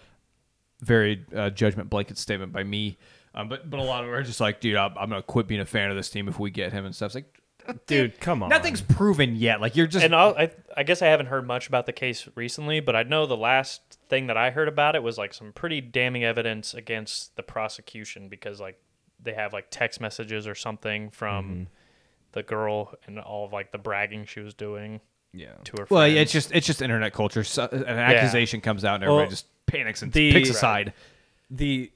Speaker 1: Very uh, judgment blanket statement by me. Um, but but a lot of them are just like, dude, I'm, I'm gonna quit being a fan of this team if we get him and stuff. It's like,
Speaker 3: Dude, come on.
Speaker 1: nothing's proven yet. Like you're just
Speaker 2: and I'll, I, I guess I haven't heard much about the case recently, but I know the last thing that I heard about it was like some pretty damning evidence against the prosecution because like they have like text messages or something from
Speaker 3: Mm-hmm.
Speaker 2: the girl and all of like the bragging she was doing
Speaker 3: Yeah.
Speaker 2: to her.
Speaker 1: well,
Speaker 2: friends.
Speaker 1: yeah, it's just it's just internet culture. So, an accusation comes out and everybody
Speaker 3: Well,
Speaker 1: just panics and
Speaker 3: the-
Speaker 1: picks a side.
Speaker 3: the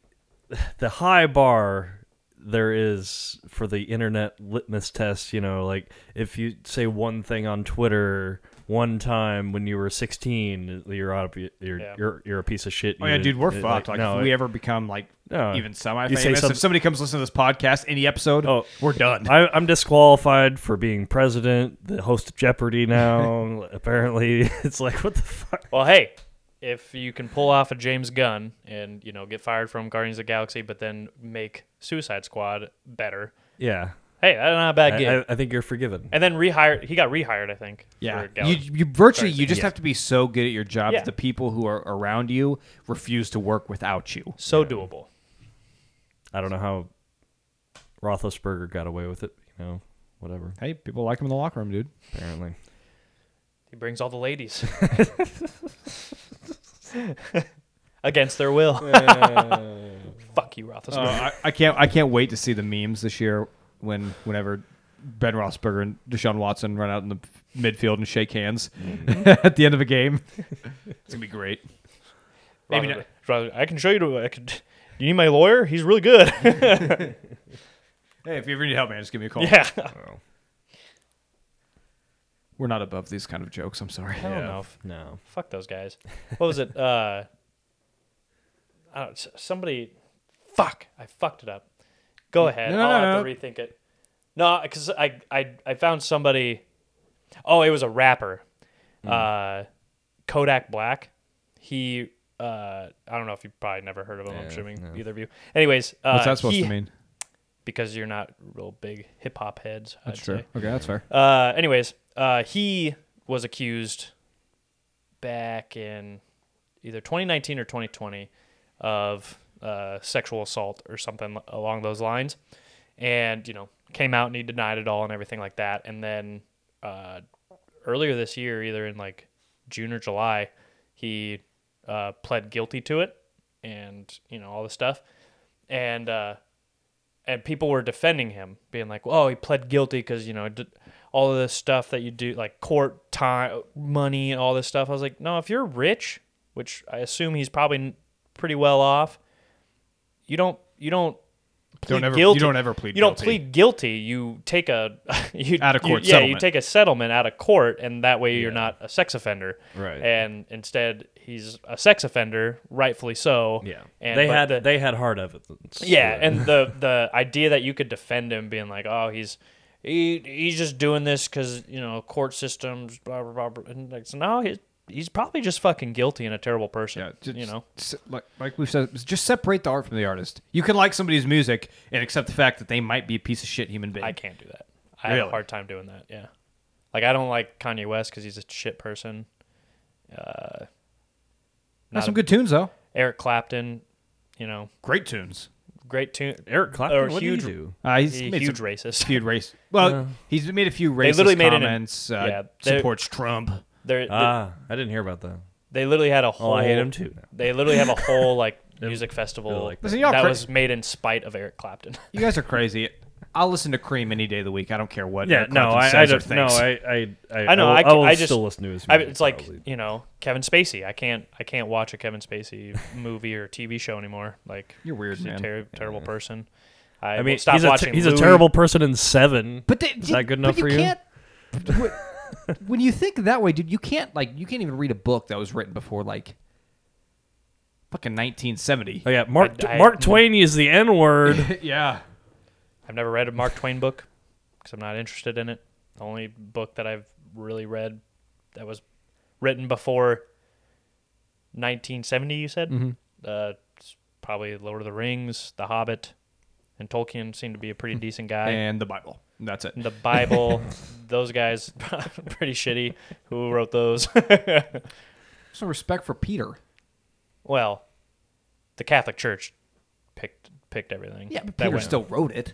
Speaker 3: the high bar there is for the internet litmus test you know like if you say one thing on twitter one time when you were 16 you're out of you're
Speaker 2: Yeah.
Speaker 3: you're, you're a piece of shit
Speaker 1: Oh yeah,
Speaker 3: You-
Speaker 1: dude, we're
Speaker 3: it-
Speaker 1: fucked. Like,
Speaker 3: no,
Speaker 1: if we
Speaker 3: it-
Speaker 1: ever become like
Speaker 3: No.
Speaker 1: even
Speaker 3: You say
Speaker 1: semi-famous,
Speaker 3: some-
Speaker 1: if somebody comes listen to this podcast, any episode,
Speaker 3: Oh.
Speaker 1: we're done.
Speaker 3: I, i'm disqualified for being president the host of jeopardy now apparently it's like what the fuck
Speaker 2: Well, hey, if you can pull off a James Gunn and you know get fired from Guardians of the Galaxy, but then make Suicide Squad better,
Speaker 3: Yeah.
Speaker 2: hey, that's not a bad gig.
Speaker 3: I, I, I think you're forgiven.
Speaker 2: and then rehired. He got rehired, I think.
Speaker 1: Yeah,
Speaker 2: for Gal-
Speaker 1: you, you virtually
Speaker 2: Sorry,
Speaker 1: you just
Speaker 3: yeah.
Speaker 1: have to be so good at your job
Speaker 2: Yeah.
Speaker 1: that the people who are around you refuse to work without you.
Speaker 2: so doable.
Speaker 3: I don't know how Roethlisberger got away with it. You know, whatever.
Speaker 1: Hey, people like him in the locker room, dude.
Speaker 3: Apparently,
Speaker 2: He brings all the ladies against their will. Fuck you, Roethlisberger.
Speaker 3: Uh,
Speaker 1: I, I can't I can't wait to see the memes this year when whenever Ben Rossberger and Deshaun Watson run out in the midfield and shake hands at the end of a game. It's gonna be great.
Speaker 2: Maybe
Speaker 1: Maybe
Speaker 3: uh,
Speaker 2: not. Uh, I can show you. To, I could. You need my lawyer? He's really good.
Speaker 1: Hey, if you ever need help, man, just give me a call.
Speaker 2: yeah.
Speaker 3: Oh,
Speaker 1: We're not above these kind of jokes. I'm sorry.
Speaker 2: I don't know. F-
Speaker 3: no.
Speaker 2: Fuck those guys. What was it? Uh, I don't, s- somebody. Fuck! I fucked it up. Go ahead.
Speaker 1: No, no,
Speaker 2: I'll
Speaker 1: no,
Speaker 2: have
Speaker 1: no.
Speaker 2: to rethink it. No, because I, I I found somebody. Oh, it was a rapper,
Speaker 1: Hmm.
Speaker 2: uh, Kodak Black. He. Uh, I don't know if you probably never heard of him.
Speaker 3: Yeah,
Speaker 2: I'm assuming
Speaker 3: no.
Speaker 2: either of you. Anyways, uh,
Speaker 1: What's that supposed
Speaker 2: he-
Speaker 1: to mean?
Speaker 2: Because you're not real big hip hop heads.
Speaker 1: That's
Speaker 2: I'd
Speaker 1: true.
Speaker 2: say.
Speaker 1: Okay, that's fair.
Speaker 2: Uh, anyways, uh, he was accused back in either 2019 or 2020 of uh, sexual assault or something along those lines, and you know came out and he denied it all and everything like that. And then uh, earlier this year, either in like June or July, he uh, pled guilty to it, and you know all this stuff, and uh, and people were defending him, being like, "Oh, he pled guilty because you know d- all of this stuff that you do, like court time, money, and all this stuff." I was like, "No, if you're rich, which I assume he's probably n- pretty well off, you don't you don't plead
Speaker 1: Don't ever- you
Speaker 2: guilty.
Speaker 1: don't ever plead
Speaker 2: You don't
Speaker 1: guilty.
Speaker 2: plead guilty. You take a you,
Speaker 1: Out of
Speaker 2: you-
Speaker 1: court
Speaker 2: yeah, you
Speaker 1: settlement.
Speaker 2: take a settlement out of court, and that way you're not a sex offender.
Speaker 3: Right.
Speaker 2: And instead, he's a sex offender, rightfully so.
Speaker 3: Yeah.
Speaker 2: And
Speaker 3: they
Speaker 2: but
Speaker 3: had
Speaker 2: the-
Speaker 3: they had hard evidence.
Speaker 2: yeah, and the the idea that you could defend him being like, oh, he's he, he's just doing this because you know court systems, blah blah blah, blah. and like so now he's he's probably just fucking guilty and a terrible person.
Speaker 1: Yeah, just,
Speaker 2: you know.
Speaker 1: se- like like we've said, just separate the art from the artist. You can like somebody's music and accept the fact that they might be a piece of shit human being.
Speaker 2: I can't do that. I have
Speaker 1: Really?
Speaker 2: a hard time doing that. Yeah, like I don't like Kanye West because he's a shit person. Uh,
Speaker 1: That's
Speaker 2: not-
Speaker 1: some good tunes though.
Speaker 2: Eric Clapton, you know,
Speaker 1: Great tunes.
Speaker 2: great tune.
Speaker 3: Eric
Speaker 2: or
Speaker 3: Clapton, what
Speaker 2: huge-
Speaker 3: did he do?
Speaker 1: Uh, he's
Speaker 2: He,
Speaker 1: made
Speaker 2: huge
Speaker 1: some
Speaker 2: racist.
Speaker 1: few race. Well, he's made a few racist
Speaker 2: literally made it in-
Speaker 1: comments. uh,
Speaker 2: yeah, they're-
Speaker 1: supports Trump.
Speaker 2: They're-
Speaker 3: Ah, I didn't hear about that.
Speaker 2: they literally had a whole.
Speaker 3: I hate him too.
Speaker 2: They literally have a whole like music festival
Speaker 3: like that.
Speaker 1: Listen, y'all
Speaker 2: that
Speaker 1: cra-
Speaker 2: was made in spite of Eric Clapton.
Speaker 1: You guys are crazy. I'll listen to Cream any day of the week. I don't care what.
Speaker 3: Yeah,
Speaker 1: Eric
Speaker 3: no,
Speaker 1: Clapton
Speaker 3: I, I
Speaker 1: says or
Speaker 3: don't. No,
Speaker 1: thinks.
Speaker 3: I, I, I,
Speaker 2: I know.
Speaker 3: will,
Speaker 2: I,
Speaker 3: will
Speaker 2: I just
Speaker 3: still listen to his.
Speaker 2: I-
Speaker 3: Music,
Speaker 2: it's like
Speaker 3: probably.
Speaker 2: you know Kevin Spacey. I can't. I can't watch a Kevin Spacey movie or TV show anymore. Like
Speaker 1: You're weird,
Speaker 2: he's a
Speaker 1: man.
Speaker 2: ter- terrible person. I,
Speaker 3: I
Speaker 2: will
Speaker 3: mean,
Speaker 2: stop
Speaker 3: he's, a,
Speaker 2: watching.
Speaker 3: ter- he's a
Speaker 2: Louis.
Speaker 3: terrible person in Seven.
Speaker 1: But they,
Speaker 3: is that good enough
Speaker 1: but
Speaker 3: for
Speaker 1: you?
Speaker 3: you?
Speaker 1: Can't, wh- when you think that way, dude, you can't like you can't even read a book that was written before like fucking 1970.
Speaker 3: Oh yeah, Mark
Speaker 2: I-
Speaker 3: Mark Twain used the N word.
Speaker 1: yeah.
Speaker 2: I've never read a Mark Twain book because I'm not interested in it. The only book that I've really read that was written before 1970, you said,
Speaker 3: Mm-hmm.
Speaker 2: uh, it's probably Lord of the Rings, The Hobbit, and Tolkien seemed to be a pretty
Speaker 3: Hmm.
Speaker 2: decent guy.
Speaker 1: And the Bible. That's it.
Speaker 2: the Bible, those guys pretty shitty. Who wrote those?
Speaker 1: Some respect for Peter.
Speaker 2: well, the Catholic Church picked picked everything.
Speaker 1: Yeah, but
Speaker 2: that
Speaker 1: Peter
Speaker 2: went-
Speaker 1: still wrote it.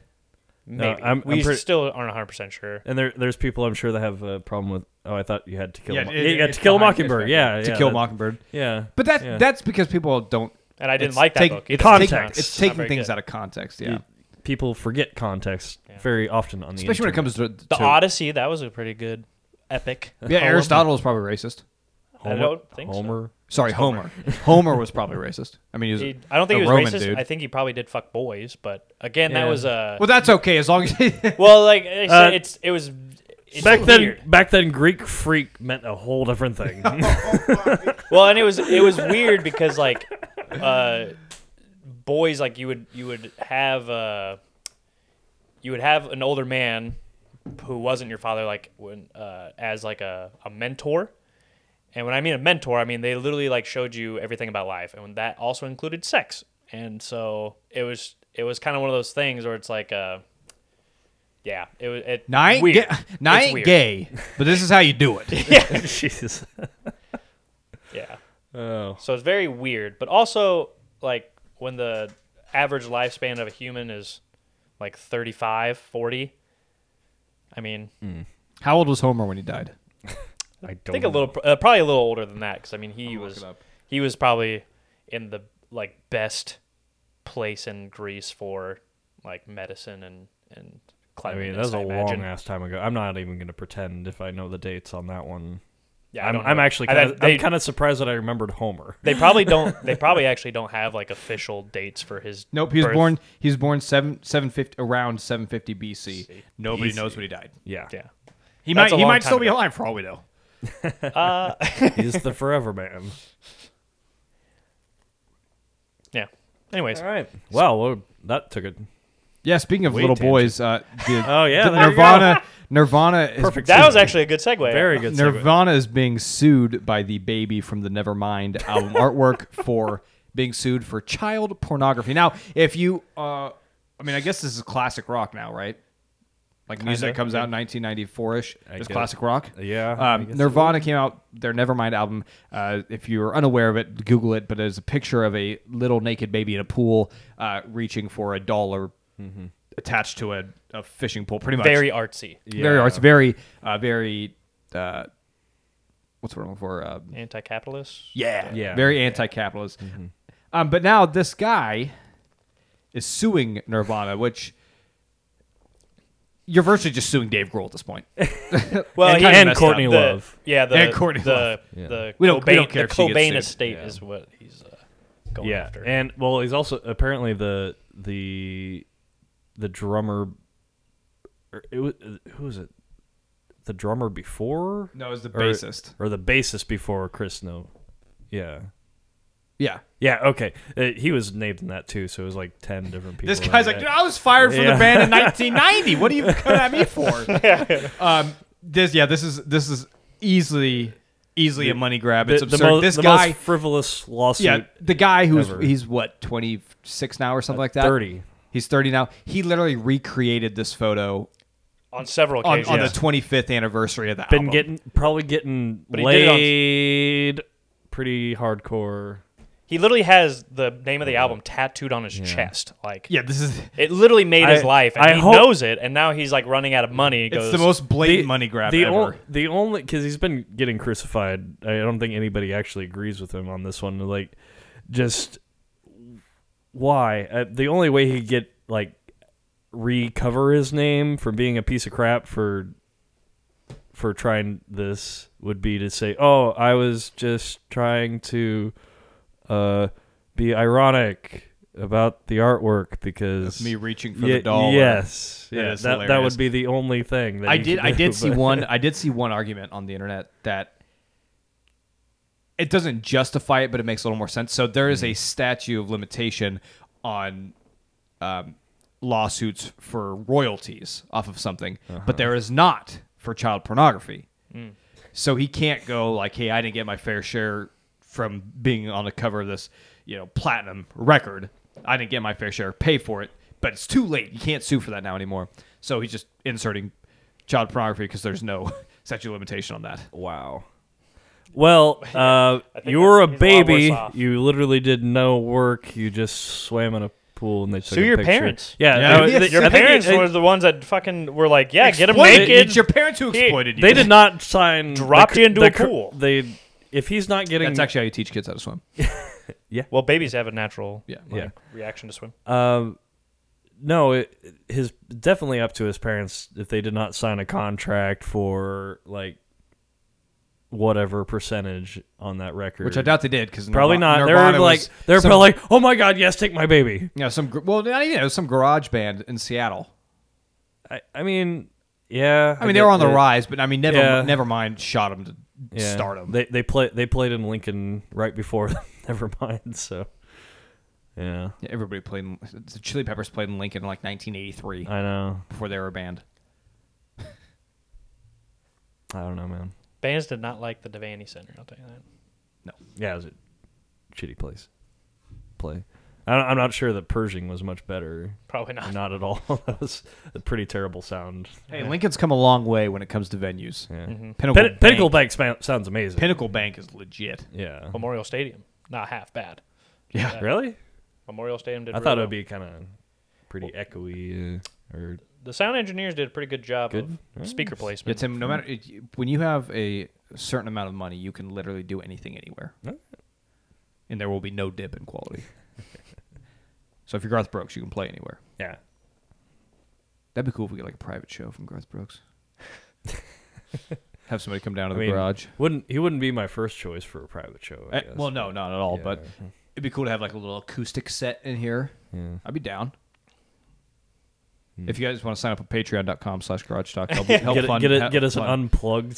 Speaker 2: maybe.
Speaker 3: I'm-
Speaker 2: we
Speaker 3: I'm pretty-
Speaker 2: still aren't 100 percent sure.
Speaker 3: and there, there's people I'm sure that have a problem with. Oh, I thought you had to kill.
Speaker 1: Yeah,
Speaker 3: a Mo-
Speaker 1: it-
Speaker 3: yeah, you got
Speaker 1: it's
Speaker 3: to kill a
Speaker 1: behind- it's
Speaker 3: Mockingbird.
Speaker 1: behind-
Speaker 3: Yeah,
Speaker 1: to
Speaker 3: yeah,
Speaker 1: kill
Speaker 3: that-
Speaker 1: Mockingbird.
Speaker 3: Yeah,
Speaker 1: But that
Speaker 3: yeah.
Speaker 1: that's because people don't
Speaker 2: And I didn't
Speaker 1: it's
Speaker 2: like that
Speaker 1: take-
Speaker 2: book. either.
Speaker 3: context.
Speaker 2: not-
Speaker 1: It's
Speaker 2: not
Speaker 1: taking
Speaker 2: very
Speaker 1: things
Speaker 2: good.
Speaker 1: out of context, yeah.
Speaker 3: You- people forget context
Speaker 2: Yeah.
Speaker 3: very often on the
Speaker 1: Especially when it
Speaker 3: internet.
Speaker 1: comes to
Speaker 2: The
Speaker 1: to-
Speaker 2: Odyssey, that was a pretty good epic.
Speaker 1: Yeah, Aristotle was probably racist.
Speaker 2: I don't think so.
Speaker 3: Homer.
Speaker 1: Sorry, Homer. Homer was probably racist. I mean, he was.
Speaker 2: He- I don't think
Speaker 1: a
Speaker 2: he was
Speaker 1: Roman
Speaker 2: racist.
Speaker 1: dude.
Speaker 2: I think he probably did fuck boys, but again, that
Speaker 3: Yeah.
Speaker 2: was a
Speaker 1: well, that's okay as long as.
Speaker 2: well, like I said,
Speaker 3: Uh,
Speaker 2: it's it was it's
Speaker 3: back
Speaker 2: weird. Oh,
Speaker 3: then, back then, Greek freak meant a whole different thing.
Speaker 2: well and it was it was weird because like uh boys like you would you would have uh you would have an older man who wasn't your father like when uh as like a, a mentor And when I mean a mentor, I mean they literally like showed you everything about life, and that also included sex. And so it was it was kind of one of those things where it's like, uh, yeah, it was it
Speaker 1: Now I ain't,
Speaker 2: weird.
Speaker 1: ga- now I
Speaker 2: It's
Speaker 1: ain't
Speaker 2: weird.
Speaker 1: gay, but this is how you do it.
Speaker 3: Jesus.
Speaker 2: Yeah,
Speaker 3: Oh.
Speaker 2: so it's very weird, but also like when the average lifespan of a human is like 35, 40. I mean,
Speaker 1: how old was Homer when he died?
Speaker 3: I don't
Speaker 2: I think a little, uh, probably a little older than that, because I mean, he
Speaker 3: I'll look
Speaker 2: was
Speaker 3: it up.
Speaker 2: he was probably in the like best place in Greece for like medicine and and
Speaker 3: I mean,
Speaker 2: cleanliness.
Speaker 3: that was a
Speaker 2: I imagine.
Speaker 3: long ass time ago. I'm not even going to pretend if I know the dates on that one.
Speaker 2: Yeah, I
Speaker 3: I'm,
Speaker 2: don't
Speaker 3: I'm
Speaker 2: know.
Speaker 3: actually
Speaker 2: I-
Speaker 3: kind of,
Speaker 2: they,
Speaker 3: I'm kind of surprised that I remembered Homer.
Speaker 2: they probably don't. They probably actually don't have like official dates for his.
Speaker 1: Nope, he was
Speaker 2: birth.
Speaker 1: born. He was born seven seven fifty around seven fifty BC. Nobody
Speaker 3: BC.
Speaker 1: knows when he died.
Speaker 3: Yeah.
Speaker 2: Yeah,
Speaker 1: He
Speaker 2: That's a
Speaker 1: might. He
Speaker 2: long
Speaker 1: might
Speaker 2: time
Speaker 1: still be
Speaker 2: ago.
Speaker 1: alive for all we know.
Speaker 3: He's the forever man.
Speaker 2: yeah. Anyways,
Speaker 3: All right. Wow. Well, that took a
Speaker 1: Yeah. Speaking of
Speaker 3: Way
Speaker 1: little
Speaker 3: tangent.
Speaker 1: boys, uh, the,
Speaker 3: Oh, yeah,
Speaker 1: the
Speaker 3: there you
Speaker 1: Nirvana. Nirvana is
Speaker 3: perfect.
Speaker 2: that was
Speaker 3: segue.
Speaker 2: actually a good segue.
Speaker 3: very good. segue.
Speaker 1: Nirvana is being sued by the baby from the Nevermind album artwork for being sued for child pornography. Now, if you, uh, I mean, I guess this is classic rock now, right? Like music that comes out in 1994 ish. It's
Speaker 3: guess.
Speaker 1: classic rock.
Speaker 3: Yeah, I
Speaker 1: Um,
Speaker 3: guess
Speaker 1: Nirvana came out their Nevermind album. Uh, if you're unaware of it, Google it. But there's a picture of a little naked baby in a pool uh, reaching for a dollar
Speaker 3: Mm-hmm.
Speaker 1: attached to a, a fishing pole, pretty much
Speaker 2: very artsy,
Speaker 1: very
Speaker 3: Yeah.
Speaker 1: arts, very uh, very uh, what's the word I'm looking for? Um,
Speaker 2: anti-capitalist.
Speaker 1: yeah,
Speaker 3: Yeah.
Speaker 1: very anti-capitalist. Um, but now this guy is suing Nirvana, which you're virtually just suing Dave Grohl at this point.
Speaker 2: Well,
Speaker 1: And
Speaker 2: he-
Speaker 1: kinda
Speaker 2: and
Speaker 1: messed
Speaker 3: Courtney
Speaker 1: up.
Speaker 2: The-
Speaker 3: Love.
Speaker 2: Yeah, the
Speaker 1: And Courtney
Speaker 2: the,
Speaker 1: Love.
Speaker 3: Yeah.
Speaker 2: the
Speaker 1: We don't-
Speaker 2: Cobain,
Speaker 1: we don't care
Speaker 2: the
Speaker 1: if she gets
Speaker 2: Cobain
Speaker 1: sued.
Speaker 2: estate
Speaker 3: Yeah.
Speaker 2: is what he's uh, going
Speaker 3: yeah,
Speaker 2: after.
Speaker 3: and well, he's also apparently the the the drummer. or It was who was it? The drummer before?
Speaker 1: No, it's the
Speaker 3: Or-
Speaker 1: bassist.
Speaker 3: or the bassist before Chris No. Yeah.
Speaker 1: Yeah,
Speaker 3: Yeah. Okay. Uh, he was named in that too, so it was like ten different people.
Speaker 1: this guy's like,
Speaker 3: Yeah.
Speaker 1: dude, I was fired from the
Speaker 3: Yeah.
Speaker 1: band in 1990. What are you coming at me for? um, this, yeah, this is this is easily easily a money grab. It's
Speaker 3: the, the,
Speaker 1: absurd.
Speaker 3: mo-
Speaker 1: this
Speaker 3: the
Speaker 1: guy.
Speaker 3: most frivolous lawsuit.
Speaker 1: Yeah, the guy who's
Speaker 3: ever.
Speaker 1: he's what twenty six now or something like that.
Speaker 3: 30.
Speaker 1: He's thirty now. He literally recreated this photo
Speaker 2: on several
Speaker 1: on,
Speaker 2: occasions.
Speaker 1: on the twenty fifth anniversary of the
Speaker 3: Been
Speaker 1: album.
Speaker 3: getting probably getting
Speaker 2: he did it on-
Speaker 3: laid pretty hardcore.
Speaker 2: He literally has the name of the album tattooed on his chest. Like
Speaker 1: yeah, this is
Speaker 2: it literally made his
Speaker 3: I-
Speaker 2: life, and
Speaker 3: I
Speaker 2: he
Speaker 3: hope-
Speaker 2: knows it. And now he's like running out of money. He
Speaker 1: it's
Speaker 2: goes,
Speaker 1: the most blatant
Speaker 3: The-
Speaker 1: money grab
Speaker 3: the
Speaker 1: ever.
Speaker 3: on- the only because he's been getting crucified. I don't think anybody actually agrees with him on this one. Like, just why? Uh, the only way he could get like recover his name from being a piece of crap for for trying this would be to say, "Oh, I was just trying to uh, be ironic about the artwork because."
Speaker 1: That's me reaching for
Speaker 3: Ye-
Speaker 1: the doll.
Speaker 3: Yes,
Speaker 1: That
Speaker 3: yeah,
Speaker 1: is
Speaker 3: that, that
Speaker 1: hilarious.
Speaker 3: would be the only thing. That
Speaker 1: I
Speaker 3: he
Speaker 1: did.
Speaker 3: could
Speaker 1: I
Speaker 3: do,
Speaker 1: did see
Speaker 3: but-
Speaker 1: one. I did see one argument on the internet that it doesn't justify it, but it makes a little more sense. So there is a statute of limitation on um, lawsuits for royalties off of something, but there is not for child pornography. So he can't go like, "Hey, I didn't get my fair share from being on the cover of this, you know, platinum record. I didn't get my fair share. Pay for it." But it's too late. You can't sue for that now anymore. So he's just inserting child pornography because there's no statute of limitation on that.
Speaker 3: Wow. Well, uh,
Speaker 2: that's-
Speaker 3: you were a
Speaker 2: he's a lot
Speaker 3: baby.
Speaker 2: worse off.
Speaker 3: You literally did no work. You just swam in a pool and they took
Speaker 2: "Sue
Speaker 3: a
Speaker 2: your
Speaker 3: picture.
Speaker 2: parents."
Speaker 1: Yeah,
Speaker 3: Yeah, they-
Speaker 1: your
Speaker 3: they- I
Speaker 2: Your
Speaker 3: think they-
Speaker 2: parents
Speaker 3: they,
Speaker 2: were the ones that fucking were like, "Yeah, get him
Speaker 1: Exploited-
Speaker 2: naked."
Speaker 1: It's your parents who exploited you.
Speaker 3: They did not sign.
Speaker 2: Dropped
Speaker 3: the,
Speaker 2: you into
Speaker 3: the
Speaker 2: a
Speaker 3: cr-
Speaker 2: pool.
Speaker 3: They, if he's not getting,
Speaker 1: That's actually how you teach kids how to swim.
Speaker 2: well, babies have a natural
Speaker 1: Yeah.
Speaker 3: yeah.
Speaker 2: reaction to swim.
Speaker 3: Um, no, it, his definitely up to his parents if they did not sign a contract for like whatever percentage on that record,
Speaker 1: Which I doubt they did because
Speaker 3: Probably not. They're like they're
Speaker 1: some,
Speaker 3: probably like, oh my god, yes, take my baby.
Speaker 1: you know, some gr- well not even it was some garage band in Seattle.
Speaker 3: I, I mean, yeah.
Speaker 1: I mean they were on the
Speaker 3: rock.
Speaker 1: rise, but I mean never
Speaker 3: Yeah.
Speaker 1: never mind shot them to stardom.
Speaker 3: They they play they played in Lincoln right before. never mind. So yeah,
Speaker 1: Yeah, everybody played. In, the Chili Peppers played in Lincoln in like 1983
Speaker 3: I know.
Speaker 1: before they were a band.
Speaker 3: I don't know, man.
Speaker 2: Fans did not like the Devaney Center. I'll tell you that.
Speaker 3: Yeah, it was a shitty place. Play. I don't- I'm not sure that Pershing was much better.
Speaker 2: Probably
Speaker 1: Mm.
Speaker 2: not.
Speaker 3: Not at all. that was a pretty terrible sound.
Speaker 1: Hey, Lincoln's come a long way when it comes to venues.
Speaker 3: Yeah.
Speaker 1: Pinnacle,
Speaker 3: Pin- Pinnacle Bank spa- sounds amazing.
Speaker 1: Pinnacle Bank is legit.
Speaker 3: yeah.
Speaker 1: Oh
Speaker 2: Memorial Stadium, not half bad.
Speaker 1: Yeah.
Speaker 3: Really?
Speaker 2: Memorial Stadium did.
Speaker 3: I
Speaker 2: really
Speaker 3: thought it
Speaker 2: well.
Speaker 3: would be kind of pretty echoey uh, or
Speaker 2: The sound engineers did a pretty good job
Speaker 3: Good.
Speaker 2: of speaker
Speaker 1: Yeah,
Speaker 2: placement.
Speaker 1: Tim, no matter it, when you have a certain amount of money, you can literally do anything anywhere,
Speaker 3: Alright.
Speaker 1: and there will be no dip in quality. so if you're Garth Brooks, you can play anywhere.
Speaker 3: yeah.
Speaker 1: That'd be cool if we get like a private show from Garth Brooks. have somebody come down to
Speaker 3: I
Speaker 1: the
Speaker 3: mean,
Speaker 1: garage.
Speaker 3: Wouldn't he wouldn't be my first choice for a private show? I
Speaker 1: Eh,
Speaker 3: guess.
Speaker 1: well, no, not at all.
Speaker 3: Yeah.
Speaker 1: But it'd be cool to have like a little acoustic set in here.
Speaker 3: Yeah.
Speaker 1: I'd be down. If you guys want to sign up at patreon.com slash garage talk, help, help
Speaker 3: get, it-
Speaker 1: fund,
Speaker 3: get, it-
Speaker 1: help
Speaker 3: get us an
Speaker 1: fund.
Speaker 3: unplugged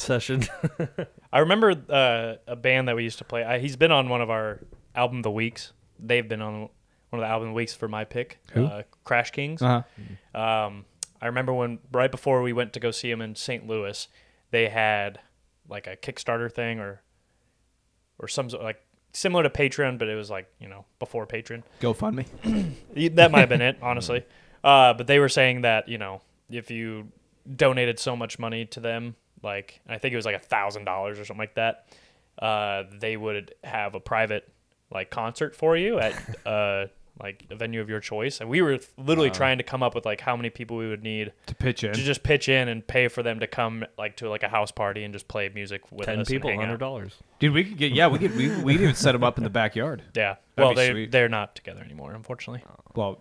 Speaker 3: session.
Speaker 2: I remember uh, a band that we used to play. I, he's been on one of our album of the weeks. They've been on one of the album of the weeks for my pick,
Speaker 1: Who?
Speaker 2: Uh, Crash Kings.
Speaker 1: uh-huh.
Speaker 2: Um, I remember when right before we went to go see him in St. Louis, they had like a Kickstarter thing or or some sort- like similar to Patreon, but it was like you know before Patreon.
Speaker 1: GoFundMe.
Speaker 2: That might have been it, honestly. Uh, but they were saying that you know if you donated so much money to them, like I think it was like a thousand dollars or something like that, uh, they would have a private like concert for you at uh, like a venue of your choice. And we were literally trying to come up with like how many people we would need
Speaker 1: To pitch in.
Speaker 2: to just pitch in and pay for them to come like to like a house party and just play music with
Speaker 3: Ten
Speaker 2: us and
Speaker 3: people,
Speaker 2: hang out.
Speaker 3: hundred dollars.
Speaker 1: Dude, we could get yeah, we could we we could even set them up in the backyard.
Speaker 2: Yeah.
Speaker 1: That'd
Speaker 2: well,
Speaker 1: be
Speaker 2: they
Speaker 1: sweet.
Speaker 2: they're not together anymore, unfortunately.
Speaker 1: Well,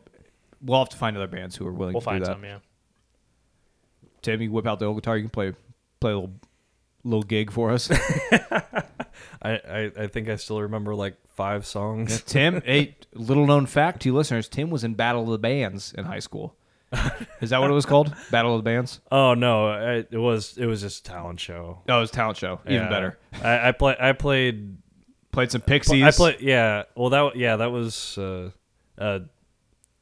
Speaker 1: we'll have to find other bands who are willing
Speaker 2: we'll
Speaker 1: to
Speaker 2: find
Speaker 1: do that.
Speaker 2: some. Yeah.
Speaker 1: Tim, you whip out the old guitar, you can play play a little little gig for us.
Speaker 3: I, I I think I still remember like five songs.
Speaker 1: Tim, hey, little known fact to you listeners, Tim was in Battle of the Bands in high school. Is that what it was called? Battle of the Bands?
Speaker 3: Oh no, I, it was it was just a talent show.
Speaker 1: No, it was a talent show. Even
Speaker 3: Yeah.
Speaker 1: better.
Speaker 3: I, I play I played
Speaker 1: Played some
Speaker 3: Pl-
Speaker 1: Pixies.
Speaker 3: I play, yeah. Well, that yeah, that was uh, uh,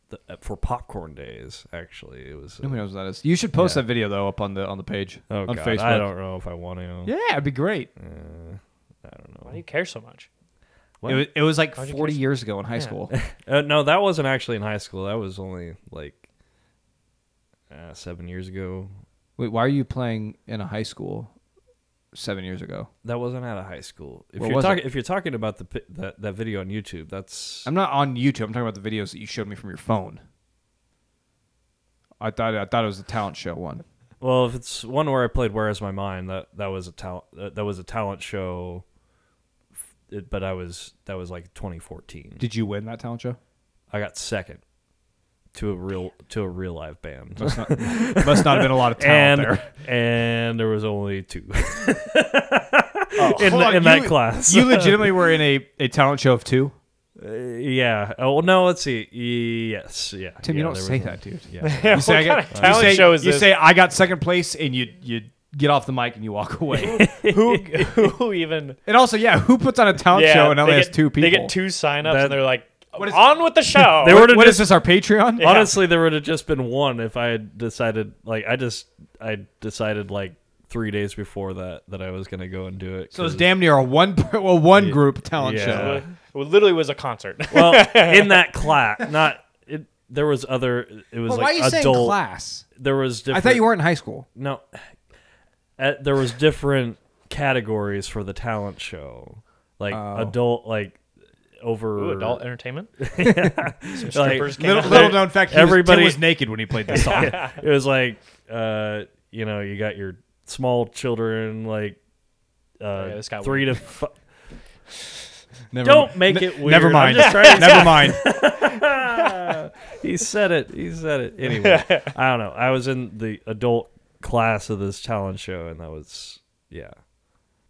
Speaker 3: the, uh, for popcorn days. Actually, it was. Uh,
Speaker 1: Nobody knows what that is. You should post
Speaker 3: Yeah.
Speaker 1: that video though up on the on the page
Speaker 3: oh
Speaker 1: on
Speaker 3: god,
Speaker 1: Facebook.
Speaker 3: I don't know if I want to.
Speaker 1: Yeah, it'd be great.
Speaker 3: I don't
Speaker 2: Why
Speaker 3: know.
Speaker 2: do you care so much?
Speaker 3: What?
Speaker 1: It was, it was like
Speaker 2: How'd you
Speaker 1: forty
Speaker 2: guess?
Speaker 1: years ago in high school.
Speaker 3: Uh, no, that wasn't actually in high school. That was only like uh, seven years ago.
Speaker 1: Wait, why are you playing in a high school seven years ago?
Speaker 3: That wasn't out of high school. If
Speaker 1: What
Speaker 3: you're
Speaker 1: was it?
Speaker 3: talking, if you're talking about the pi- that, that video on YouTube, that's
Speaker 1: I'm not on YouTube. I'm talking about the videos that you showed me from your phone. I thought I thought it was the talent show one.
Speaker 3: well. If it's one where I played "Where Is My Mind," that that was a talent that, that was a talent show. F- It, but I was that was like 2014.
Speaker 1: Did you win that talent show?
Speaker 3: I got second to a real to a real live band.
Speaker 1: Must not, must not have been a lot of
Speaker 3: And
Speaker 1: talent there.
Speaker 3: and there was only two in,
Speaker 1: Oh, Hold
Speaker 3: the-
Speaker 1: on,
Speaker 3: in that
Speaker 1: you-
Speaker 3: class.
Speaker 1: You legitimately were in a, a talent show of two.
Speaker 3: Uh, yeah. Oh well, no. Let's see. Yes. Yeah.
Speaker 1: Tim,
Speaker 3: Yeah,
Speaker 1: you don't
Speaker 3: there
Speaker 1: say
Speaker 3: was
Speaker 1: that, dude.
Speaker 3: only- Yeah.
Speaker 1: You say, I
Speaker 2: what kind
Speaker 1: got-
Speaker 2: of talent
Speaker 1: you say,
Speaker 2: show is
Speaker 1: you
Speaker 2: this?
Speaker 1: say I got second place, and you you get off the mic and you walk away.
Speaker 2: who who even
Speaker 1: and also, yeah, who puts on a talent
Speaker 2: yeah,
Speaker 1: show and
Speaker 2: they
Speaker 1: only has
Speaker 2: get-
Speaker 1: two people?
Speaker 2: They get two signups
Speaker 3: That-
Speaker 2: and they're like
Speaker 1: What is-
Speaker 2: on with the show.
Speaker 3: They
Speaker 1: What,
Speaker 3: would've
Speaker 1: what is
Speaker 3: just-
Speaker 1: this? Our Patreon?
Speaker 2: Yeah.
Speaker 3: Honestly, there would have just been one if I had decided. Like, I just I decided like three days before that that I was gonna go and do it.
Speaker 1: So it's
Speaker 3: 'cause-
Speaker 1: damn near a one well, one group talent
Speaker 3: Yeah.
Speaker 1: show.
Speaker 2: it literally was a concert.
Speaker 3: well in that class. Not it. There was other. It was
Speaker 1: Well, why are
Speaker 3: like
Speaker 1: you saying
Speaker 3: adult.
Speaker 1: class?
Speaker 3: There was different.
Speaker 1: I thought you were in high school.
Speaker 3: no at, there was different categories for the talent show like
Speaker 1: Oh.
Speaker 3: adult like over
Speaker 2: Ooh, adult entertainment. Some
Speaker 3: Like,
Speaker 2: strippers came
Speaker 1: Little,
Speaker 2: out.
Speaker 1: little known fact: he was- Tim
Speaker 3: Everybody-
Speaker 1: was naked when he played this song.
Speaker 3: it was like uh you know you got your small children like
Speaker 2: yeah,
Speaker 3: uh
Speaker 2: this got
Speaker 3: three to fi-
Speaker 1: Never
Speaker 3: don't
Speaker 1: mi-
Speaker 3: make
Speaker 1: ne-
Speaker 3: it weird
Speaker 1: Never
Speaker 3: I'm
Speaker 1: mind.
Speaker 3: just trying to-
Speaker 1: Never mind.
Speaker 3: he said it he said it anyway i don't know i was in the adult class of this talent show and that was yeah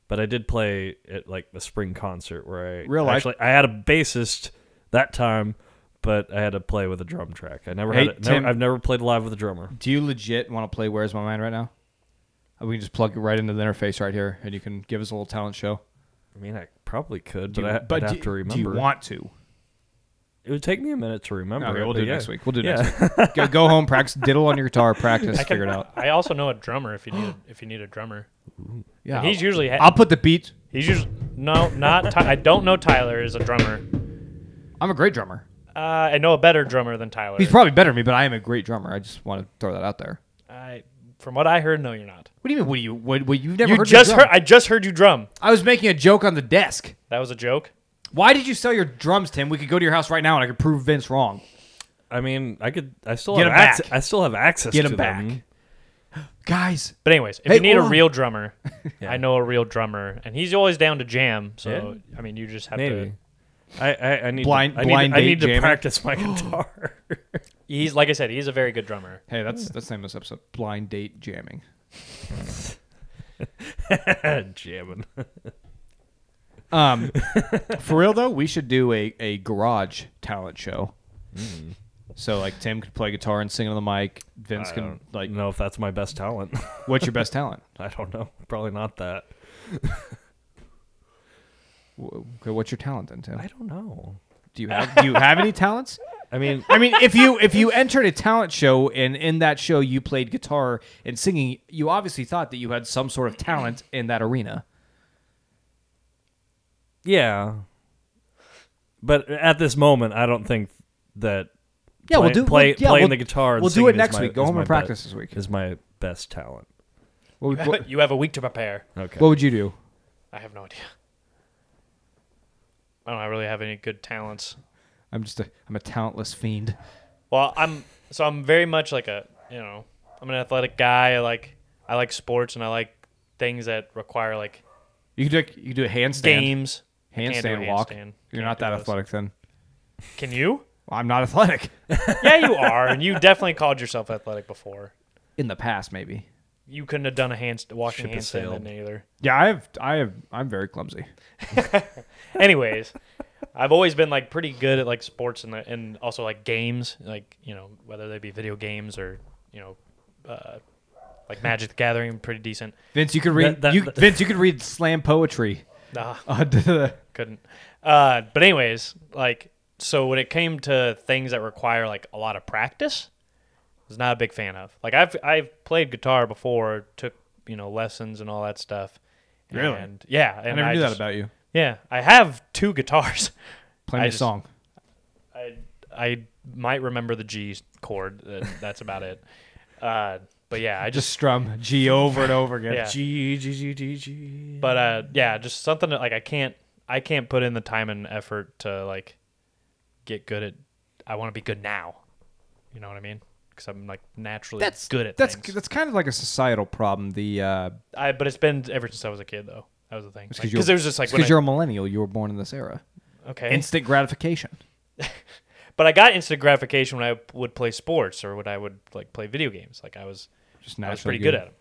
Speaker 3: but i did play at like a spring concert where i
Speaker 1: Real life.
Speaker 3: actually i had a bassist that time but i had to play with a drum track i never
Speaker 1: Hey,
Speaker 3: had a, never-
Speaker 1: Tim.
Speaker 3: i've never played live with a drummer
Speaker 1: Do you legit want to play "Where's My Mind" right now? Uh, We can just plug it right into the interface right here, and you can give us a little talent show.
Speaker 3: i mean i probably could
Speaker 1: Do
Speaker 3: but
Speaker 1: you-
Speaker 3: i would have
Speaker 1: do-
Speaker 3: to remember
Speaker 1: Do you want to?
Speaker 3: It would take me a minute to remember.
Speaker 1: Okay,
Speaker 3: it,
Speaker 1: we'll
Speaker 3: but
Speaker 1: do it
Speaker 3: yeah.
Speaker 1: next week. We'll do it
Speaker 3: Yeah.
Speaker 1: next week. Go, go home, practice, diddle on your guitar, practice,
Speaker 2: I
Speaker 1: figure
Speaker 2: can,
Speaker 1: it out.
Speaker 2: I also know a drummer if you need if you need a drummer.
Speaker 1: Yeah,
Speaker 2: he's usually ha-
Speaker 1: I'll put the beat.
Speaker 2: he's usually no not Ty- I don't know Tyler is a drummer.
Speaker 1: I'm a great drummer.
Speaker 2: Uh, I know a better drummer than Tyler.
Speaker 1: He's probably better than me, but I am a great drummer. I just want to throw that out there.
Speaker 2: I, from what I heard, no, you're not.
Speaker 1: What do you mean? What do you? What? what you've never
Speaker 2: You
Speaker 1: heard? me
Speaker 2: just
Speaker 1: drum?
Speaker 2: heard I just heard you drum.
Speaker 1: I was making a joke on the desk.
Speaker 2: That was a joke.
Speaker 1: Why did you sell your drums, Tim? We could go to your house right now, and I could prove Vince wrong.
Speaker 3: I mean, I could. I still
Speaker 1: Get
Speaker 3: have.
Speaker 1: 'em back.
Speaker 3: acce- I still have access.
Speaker 1: Get
Speaker 3: to
Speaker 1: him back,
Speaker 3: Them.
Speaker 1: guys.
Speaker 2: But anyways, if
Speaker 1: Hey,
Speaker 2: you need a
Speaker 1: hold on.
Speaker 2: real drummer,
Speaker 3: Yeah.
Speaker 2: I know a real drummer, and he's always down to jam. So I mean, you just have
Speaker 3: Maybe.
Speaker 2: to.
Speaker 3: I, I, I need.
Speaker 1: Blind-
Speaker 3: To, I
Speaker 1: blind
Speaker 3: need, I
Speaker 1: date
Speaker 3: need to
Speaker 1: jamming.
Speaker 3: practice my guitar.
Speaker 2: He's like I said, he's a very good drummer.
Speaker 1: Hey, that's that's the name of this episode. Blind date jamming.
Speaker 3: jamming.
Speaker 1: Um, for real though, we should do a, a garage talent show.
Speaker 2: Mm.
Speaker 1: So like Tim could play guitar and sing on the mic. Vince
Speaker 3: I
Speaker 1: can
Speaker 3: don't
Speaker 1: like.
Speaker 3: know if that's my best talent.
Speaker 1: What's your best talent?
Speaker 3: I don't know. Probably not that.
Speaker 1: Wh- Okay, what's your talent then, Tim?
Speaker 3: I don't know.
Speaker 1: Do you have do you have any talents?
Speaker 3: I mean,
Speaker 1: I mean, if you if you entered a talent show and in that show you played guitar and singing, you obviously thought that you had some sort of talent in that arena.
Speaker 3: yeah. But at this moment, I don't think that
Speaker 1: Yeah,
Speaker 3: play,
Speaker 1: we'll do
Speaker 3: play,
Speaker 1: we'll, yeah,
Speaker 3: playing
Speaker 1: we'll-
Speaker 3: the guitar. And
Speaker 1: We'll do
Speaker 3: singing
Speaker 1: it
Speaker 3: is
Speaker 1: next
Speaker 3: my-
Speaker 1: week. Go
Speaker 3: is
Speaker 1: home
Speaker 3: my
Speaker 1: and
Speaker 3: be-
Speaker 1: practice this week.
Speaker 3: Is my best talent.
Speaker 1: What would, what,
Speaker 2: you have a week to prepare.
Speaker 3: Okay.
Speaker 1: what would you do?
Speaker 2: I have no idea. I don't really have any good talents.
Speaker 1: I'm just a I'm a talentless fiend.
Speaker 2: Well, I'm so I'm very much like a you know I'm an athletic guy. I like I like sports and I like things that require like
Speaker 1: You could do a, you could do a handstand.
Speaker 2: games. I can't do a
Speaker 1: handstand walk.
Speaker 2: handstand.
Speaker 1: You're
Speaker 2: Can't
Speaker 1: not
Speaker 2: do
Speaker 1: that
Speaker 2: those.
Speaker 1: athletic then.
Speaker 2: Can you?
Speaker 1: Well, I'm not athletic.
Speaker 2: Yeah, you are, and you definitely called yourself athletic before.
Speaker 1: In the past, maybe.
Speaker 2: You couldn't have done a hand walking
Speaker 3: Ship has
Speaker 2: handstand
Speaker 3: sailed.
Speaker 2: then either.
Speaker 1: Yeah, I have. I have. I'm very clumsy.
Speaker 2: Anyways, I've always been like pretty good at like sports and the, and also like games, like you know whether they be video games or you know uh, like Magic the Gathering, I'm pretty decent.
Speaker 1: Vince, you could read.
Speaker 3: that-
Speaker 1: you,
Speaker 3: that-
Speaker 1: Vince, you could read slam poetry.
Speaker 2: Nah,
Speaker 1: onto the-
Speaker 2: couldn't. Uh, but anyways, like so when it came to things that require like a lot of practice, I was not a big fan of. Like I've I've played guitar before, took you know lessons and all that stuff.
Speaker 1: Really?
Speaker 2: And, yeah, and
Speaker 1: I never knew
Speaker 2: just-
Speaker 1: that about you.
Speaker 2: Yeah, I have two guitars.
Speaker 1: Play
Speaker 2: I
Speaker 1: me a
Speaker 2: just-
Speaker 1: song.
Speaker 2: I I might remember the G chord. uh, That's about it. Uh, but yeah, I
Speaker 1: Just
Speaker 2: just
Speaker 1: strum G over and over again.
Speaker 2: yeah.
Speaker 3: G G G G G.
Speaker 2: But uh, yeah, just something that like I can't I can't put in the time and effort to like get good at. I want to be good now. You know what I mean? Because I'm like naturally
Speaker 1: That's
Speaker 2: good at
Speaker 1: That's
Speaker 2: things.
Speaker 1: that's kind of like a societal problem. The uh,
Speaker 2: I but it's been ever since I was a kid though. That was the thing.
Speaker 1: 'cause
Speaker 2: Because
Speaker 1: you're-
Speaker 2: there was just like when
Speaker 1: because
Speaker 2: I-
Speaker 1: you're a millennial, you were born in this era.
Speaker 2: okay.
Speaker 1: Instant gratification.
Speaker 2: but I got instant gratification when I would play sports or when I would like play video games. Like I was
Speaker 1: Just
Speaker 2: I
Speaker 1: naturally
Speaker 2: was pretty good, at them.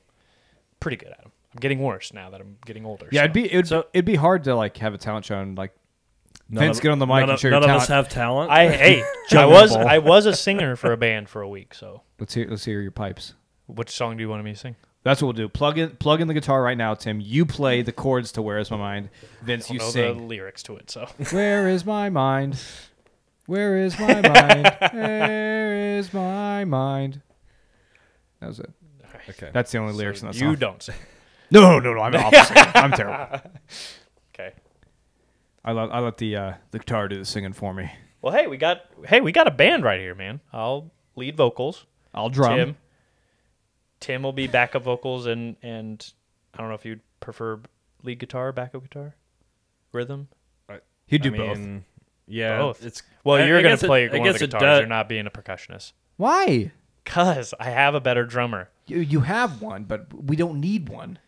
Speaker 2: Pretty good at them. I'm getting worse now that I'm getting older.
Speaker 1: Yeah,
Speaker 2: so.
Speaker 1: it'd be it'd,
Speaker 3: So-
Speaker 1: it'd be hard to like have a talent show and like Vince, get on the mic
Speaker 3: None,
Speaker 1: and
Speaker 3: of,
Speaker 1: show your
Speaker 3: none of us
Speaker 1: talent.
Speaker 3: have talent.
Speaker 2: I hey, I
Speaker 1: Juggling
Speaker 2: was
Speaker 1: ball.
Speaker 2: I was a singer for a band for a week. So,
Speaker 1: let's hear let's hear your pipes.
Speaker 2: which song do you want me to sing?
Speaker 1: That's what we'll do. Plug in plug in the guitar right now, Tim. You play the chords to "Where Is My Mind." Vince,
Speaker 2: don't
Speaker 1: you
Speaker 2: know the
Speaker 1: sing
Speaker 2: lyrics to it. So
Speaker 1: "Where Is My Mind." Where is my mind? Where is my mind? That was it.
Speaker 3: okay.
Speaker 1: That's the only lyrics
Speaker 2: So
Speaker 1: in that
Speaker 2: you
Speaker 1: song.
Speaker 2: don't sing.
Speaker 1: No, no, no. I'm off. I'm terrible.
Speaker 2: Okay.
Speaker 1: I let I let the uh, the guitar do the singing for me.
Speaker 2: Well, hey, we got hey, we got a band right here, man. I'll lead vocals.
Speaker 1: I'll drum.
Speaker 2: Tim. Tim will be backup vocals and and I don't know if you'd prefer lead guitar, backup guitar, rhythm.
Speaker 1: He'd do
Speaker 3: I
Speaker 1: both.
Speaker 3: mean, Yeah.
Speaker 2: Both.
Speaker 3: It's
Speaker 2: Well,
Speaker 3: I-
Speaker 2: you're
Speaker 3: I
Speaker 2: gonna
Speaker 3: guess it-
Speaker 2: play
Speaker 3: I
Speaker 2: one of
Speaker 3: guess
Speaker 2: the
Speaker 3: it
Speaker 2: guitars.
Speaker 3: does-
Speaker 2: You're not being a percussionist.
Speaker 1: Why?
Speaker 2: Cause I have a better drummer.
Speaker 1: You you have one, but we don't need one.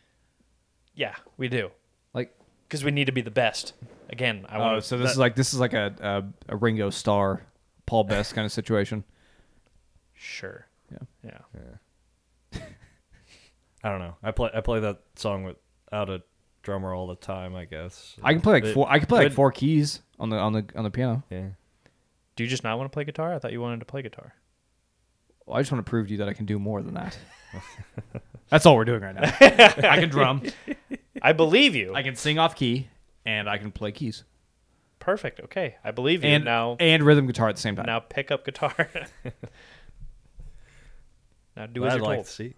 Speaker 2: Yeah, we do.
Speaker 1: Like
Speaker 2: because we need to be the best. Again, I
Speaker 1: oh,
Speaker 2: want.
Speaker 1: so this
Speaker 2: that-
Speaker 1: is like this is like a a, a Ringo Starr, Paul Best kind of situation.
Speaker 2: sure.
Speaker 1: Yeah.
Speaker 2: Yeah.
Speaker 3: I don't know. I play I play that song without a drummer all the time. I guess.
Speaker 1: I can play like
Speaker 3: It-
Speaker 1: four. I can play like
Speaker 3: it-
Speaker 1: four keys on the on the on the piano.
Speaker 3: Yeah.
Speaker 2: Do you just not want to play guitar? I thought you wanted to play guitar.
Speaker 1: Well, I just want to prove to you that I can do more than that. That's all we're doing right now. I can drum.
Speaker 2: I believe you.
Speaker 1: I can sing off key, and I can play keys.
Speaker 2: Perfect. Okay, I believe you
Speaker 1: and
Speaker 2: now.
Speaker 1: and rhythm guitar at the same time.
Speaker 2: now pick up guitar. now do as
Speaker 3: I'd
Speaker 2: you're
Speaker 3: like
Speaker 2: told.
Speaker 3: to see.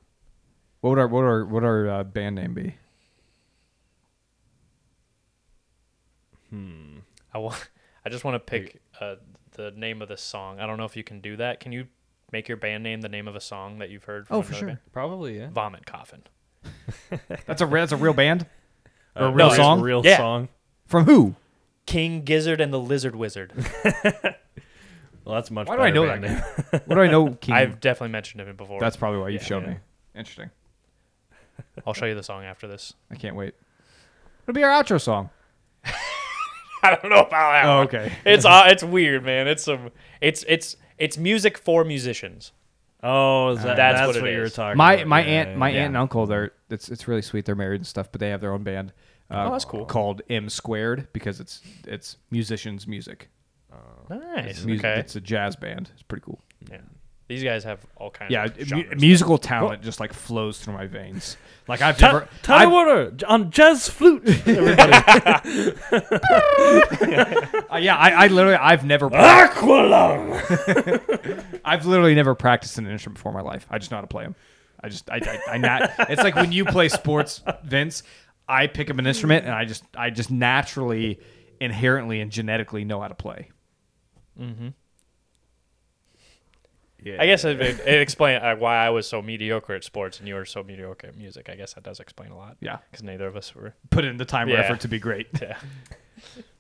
Speaker 1: What would our what our what our uh, band name be?
Speaker 2: I want. I just want to pick uh, the name of the song. I don't know if you can do that. Can you make your band name the name of a song that you've heard? From
Speaker 1: Oh, for
Speaker 2: another
Speaker 1: sure.
Speaker 2: band?
Speaker 3: Probably, yeah.
Speaker 2: Vomit coffin.
Speaker 1: That's a that's a real band or a
Speaker 3: Uh,
Speaker 1: real
Speaker 2: no, it's
Speaker 1: song
Speaker 3: Real
Speaker 2: Yeah.
Speaker 3: song.
Speaker 1: from who?
Speaker 2: King Gizzard and the Lizard Wizard.
Speaker 3: Well, that's a much.
Speaker 1: Why do I
Speaker 3: better
Speaker 1: know that
Speaker 3: band name.
Speaker 1: What do I know? King.
Speaker 2: I've definitely mentioned him before.
Speaker 1: that's probably why you've
Speaker 2: Yeah.
Speaker 1: shown me.
Speaker 3: Yeah.
Speaker 1: Interesting.
Speaker 2: I'll show you the song after this.
Speaker 1: I can't wait. It'll be our outro song.
Speaker 2: I don't know about that.
Speaker 1: Oh,
Speaker 2: one.
Speaker 1: okay.
Speaker 2: It's uh, it's weird, man. It's some. It's it's it's music for musicians.
Speaker 3: Oh, is that,
Speaker 2: That's
Speaker 3: that's,
Speaker 2: what
Speaker 3: what,
Speaker 2: it
Speaker 3: you were
Speaker 2: is.
Speaker 3: talking
Speaker 1: My
Speaker 3: about.
Speaker 1: my
Speaker 3: Yeah,
Speaker 1: aunt
Speaker 3: yeah,
Speaker 1: my
Speaker 3: yeah.
Speaker 1: aunt and uncle they're it's it's really sweet. They're married and stuff, but they have their own band. Uh,
Speaker 2: Oh, that's cool.
Speaker 1: Called M Squared because it's it's musicians' music.
Speaker 2: Nice.
Speaker 1: It's music.
Speaker 2: okay.
Speaker 1: It's a jazz band. It's pretty cool.
Speaker 2: Yeah. These guys have all kinds.
Speaker 1: Yeah,
Speaker 2: Of
Speaker 1: mu-
Speaker 2: genres.
Speaker 1: musical talent just like flows through my veins. Like I've
Speaker 3: Ta-
Speaker 1: never.
Speaker 3: Tyler
Speaker 1: I've-
Speaker 3: Warner on jazz flute.
Speaker 1: uh, yeah, I, I literally I've never.
Speaker 3: Ah! Aqualung.
Speaker 1: I've literally never practiced an instrument before in my life. I just know how to play them. I just, I, I, I not. It's like when you play sports, Vince. I pick up an instrument and I just, I just naturally, inherently, and genetically know how to play.
Speaker 3: Yeah.
Speaker 2: I guess it, it, it explains uh, why I was so mediocre at sports and you were so mediocre at music. I guess that does explain a lot.
Speaker 1: Yeah,
Speaker 2: Because neither of us were.
Speaker 1: put in the time or
Speaker 2: Yeah.
Speaker 1: effort to be great.
Speaker 2: Yeah.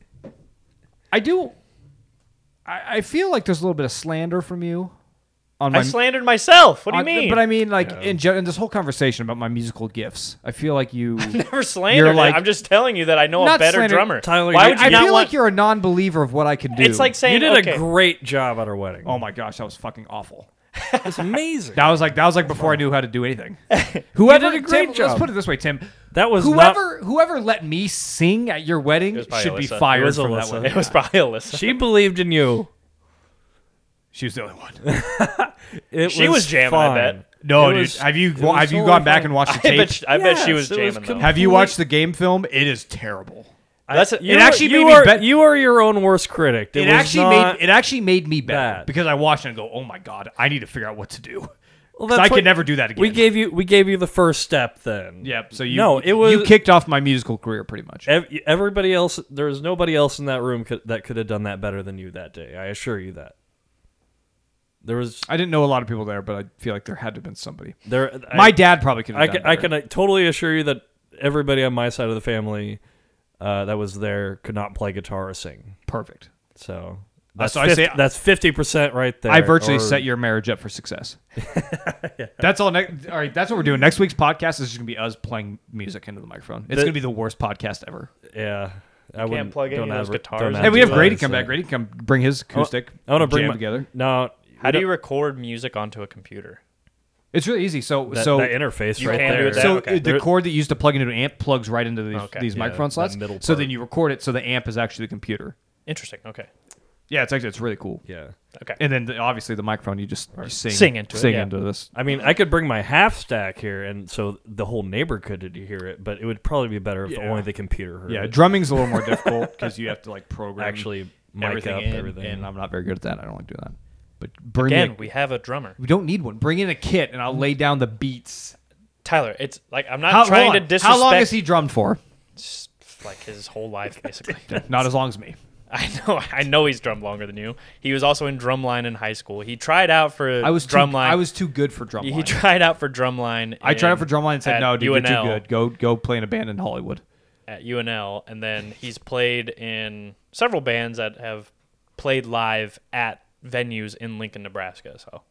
Speaker 1: I do. I, I feel like there's a little bit of slander from you on my.
Speaker 2: I slandered myself. What do you
Speaker 1: on-
Speaker 2: mean?
Speaker 1: But I mean, like in, gen- in this whole conversation about my musical gifts, I feel like you.
Speaker 2: never slandered.
Speaker 1: You're
Speaker 2: it.
Speaker 1: like-
Speaker 2: I'm just telling you that I know a
Speaker 1: Not
Speaker 2: better
Speaker 1: slandered,
Speaker 2: drummer.
Speaker 3: Tyler,
Speaker 2: why
Speaker 3: you-
Speaker 2: would you
Speaker 1: I
Speaker 2: not
Speaker 1: feel
Speaker 2: want?
Speaker 1: like you're a non-believer of what I can do.
Speaker 2: it's like saying
Speaker 3: you did
Speaker 2: okay,
Speaker 3: a great job at our wedding.
Speaker 1: oh my gosh, that was fucking awful.
Speaker 3: It's amazing.
Speaker 1: That was like that was like before I knew how to do anything. Whoever
Speaker 3: did a great
Speaker 1: Tim,
Speaker 3: job.
Speaker 1: Let's put it this way, Tim.
Speaker 3: That was not-
Speaker 1: whoever whoever let me sing at your wedding
Speaker 2: was probably
Speaker 1: should be
Speaker 2: Alyssa.
Speaker 1: fired
Speaker 3: It was
Speaker 1: from
Speaker 3: Alyssa.
Speaker 1: that
Speaker 2: It
Speaker 1: wedding.
Speaker 2: was probably Alyssa.
Speaker 3: she believed in you.
Speaker 1: She was the only one.
Speaker 3: It
Speaker 2: She was jamming, I
Speaker 3: fine.
Speaker 2: bet.
Speaker 1: No,
Speaker 3: It
Speaker 1: dude.
Speaker 3: was-
Speaker 1: have you
Speaker 3: it
Speaker 1: well,
Speaker 3: was
Speaker 1: have you
Speaker 3: totally
Speaker 1: gone back
Speaker 3: fine.
Speaker 1: and watched
Speaker 2: I
Speaker 1: the tape?
Speaker 2: bet, she- I bet she was
Speaker 3: Yes, it was
Speaker 2: jamming though.
Speaker 3: com-
Speaker 1: have you watched the game film? It is terrible.
Speaker 2: That's a-
Speaker 3: You
Speaker 1: it
Speaker 3: were-
Speaker 1: actually
Speaker 3: you
Speaker 1: made me
Speaker 3: are,
Speaker 1: bet-
Speaker 3: You are your own worst critic.
Speaker 1: It,
Speaker 3: It, was
Speaker 1: actually
Speaker 3: not-
Speaker 1: made it actually made me better
Speaker 3: bad.
Speaker 1: because I watched it and go, oh my god, I need to figure out what to do.
Speaker 3: Well,
Speaker 1: 'Cause
Speaker 3: that's
Speaker 1: I
Speaker 3: what-
Speaker 1: could never do that again.
Speaker 3: We gave you we gave you the first step then.
Speaker 1: Yep. So you
Speaker 3: No, it was
Speaker 1: you kicked off my musical career pretty much.
Speaker 3: ev- everybody else there was nobody else in that room could, that could have done that better than you that day. I assure you that. There was
Speaker 1: I didn't know a lot of people there, but I feel like there had to have been somebody.
Speaker 3: there I-
Speaker 1: my dad probably could have
Speaker 3: I
Speaker 1: done
Speaker 3: can, I
Speaker 1: better.
Speaker 3: can uh, totally assure you that everybody on my side of the family uh, that was there could not play guitar or sing.
Speaker 1: perfect.
Speaker 3: So that's
Speaker 1: Uh, so I
Speaker 3: 50,
Speaker 1: say-
Speaker 3: that's fifty percent right there.
Speaker 1: I virtually
Speaker 3: or-
Speaker 1: set your marriage up for success. That's all. Ne- all right, that's what we're doing. Next week's podcast is just gonna be us playing music into the microphone. It's
Speaker 3: The-
Speaker 1: gonna be the worst podcast ever.
Speaker 3: Yeah, I wouldn't
Speaker 2: plug any
Speaker 3: don't
Speaker 2: of those
Speaker 3: adver-
Speaker 2: guitars
Speaker 3: don't
Speaker 2: in.
Speaker 1: Hey, we have
Speaker 3: advertise
Speaker 1: Grady come back.
Speaker 3: that.
Speaker 1: Grady come bring his acoustic.
Speaker 3: I want to bring
Speaker 1: jam
Speaker 3: my,
Speaker 1: together.
Speaker 3: No,
Speaker 2: How do you record music onto a computer?
Speaker 1: It's really easy. So
Speaker 3: that,
Speaker 1: so
Speaker 3: that interface
Speaker 2: You
Speaker 3: right
Speaker 2: can do
Speaker 3: there?
Speaker 2: that.
Speaker 1: so
Speaker 2: okay.
Speaker 1: the
Speaker 3: There-
Speaker 1: cord that you used to plug into an amp plugs right into these,
Speaker 2: Okay,
Speaker 1: these
Speaker 3: yeah,
Speaker 1: microphone
Speaker 3: that
Speaker 1: slots.
Speaker 3: middle
Speaker 1: So
Speaker 3: part.
Speaker 1: then you record it. So the amp is actually the computer.
Speaker 2: Interesting. Okay.
Speaker 1: Yeah, it's actually it's really cool.
Speaker 3: yeah,
Speaker 2: Okay.
Speaker 1: And then the, obviously the microphone you just you sing
Speaker 2: Sing into it,
Speaker 1: sing
Speaker 2: yeah.
Speaker 1: into this.
Speaker 3: I mean, I could bring my half stack here, and so the whole neighbor could hear it, but it would probably be better if
Speaker 1: Yeah.
Speaker 3: only the computer heard
Speaker 1: Yeah,
Speaker 3: it.
Speaker 1: drumming's a little more difficult because you have to like program
Speaker 3: actually mic
Speaker 1: everything
Speaker 3: up
Speaker 1: in,
Speaker 3: everything.
Speaker 1: and I'm not very good at that. I don't like doing that. But bring in,
Speaker 2: Again,
Speaker 1: we,
Speaker 2: we have a drummer.
Speaker 1: don't need one. Bring in a kit, and I'll lay down the beats.
Speaker 2: Tyler, it's like I'm not
Speaker 1: How,
Speaker 2: trying
Speaker 1: hold
Speaker 2: to
Speaker 1: on. How
Speaker 2: disrespect
Speaker 1: long has he drummed for?
Speaker 2: s- like his whole life basically.
Speaker 1: Not as long as me.
Speaker 2: I know I know he's drummed longer than you. He was also in drumline in high school. He tried out for
Speaker 1: I was
Speaker 2: drumline.
Speaker 1: Too, I was too good for drumline.
Speaker 2: he tried out for drumline.
Speaker 1: I tried out for
Speaker 2: in-
Speaker 1: drumline and said,
Speaker 2: at
Speaker 1: "No, dude, you're
Speaker 2: UNL
Speaker 1: too good. Go, go play in a band in Hollywood."
Speaker 2: at UNL, and then he's played in several bands that have played live at venues in Lincoln, Nebraska. So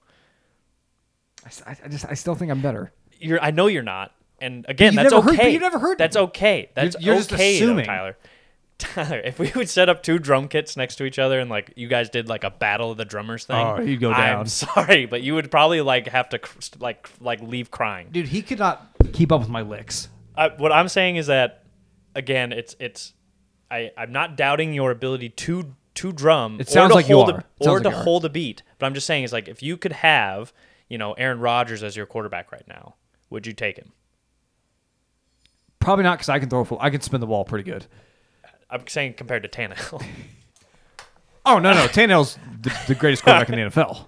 Speaker 1: I, s- I- I just, I still think I'm better.
Speaker 2: you're, I know you're not. And again,
Speaker 1: you've
Speaker 2: that's
Speaker 1: never heard-
Speaker 2: okay.
Speaker 1: but you've never heard
Speaker 2: That's
Speaker 1: me.
Speaker 2: okay. That's
Speaker 1: you're just
Speaker 2: okay, though,
Speaker 1: assuming.
Speaker 2: Tyler. Tyler, if we would set up two drum kits next to each other and like you guys did like a battle of the drummers thing,
Speaker 1: Oh, you'd go
Speaker 2: I'm
Speaker 1: down.
Speaker 2: sorry, but you would probably like have to cr- like like leave crying.
Speaker 1: Dude, he could not keep up with my licks.
Speaker 2: I, what I'm saying is that again, it's it's I I'm not doubting your ability to to drum.
Speaker 1: It sounds
Speaker 2: or to
Speaker 1: like you
Speaker 2: hold
Speaker 1: are. It
Speaker 2: A, or
Speaker 1: sounds like
Speaker 2: to
Speaker 1: you are.
Speaker 2: hold a beat. But I'm just saying is like if you could have you know Aaron Rodgers as your quarterback right now, would you take him?
Speaker 1: Probably not because I can throw. a full- I can spin the ball pretty good.
Speaker 2: I'm saying compared to Tannehill.
Speaker 1: Oh no, no, Tannehill's the, the greatest quarterback in the NFL.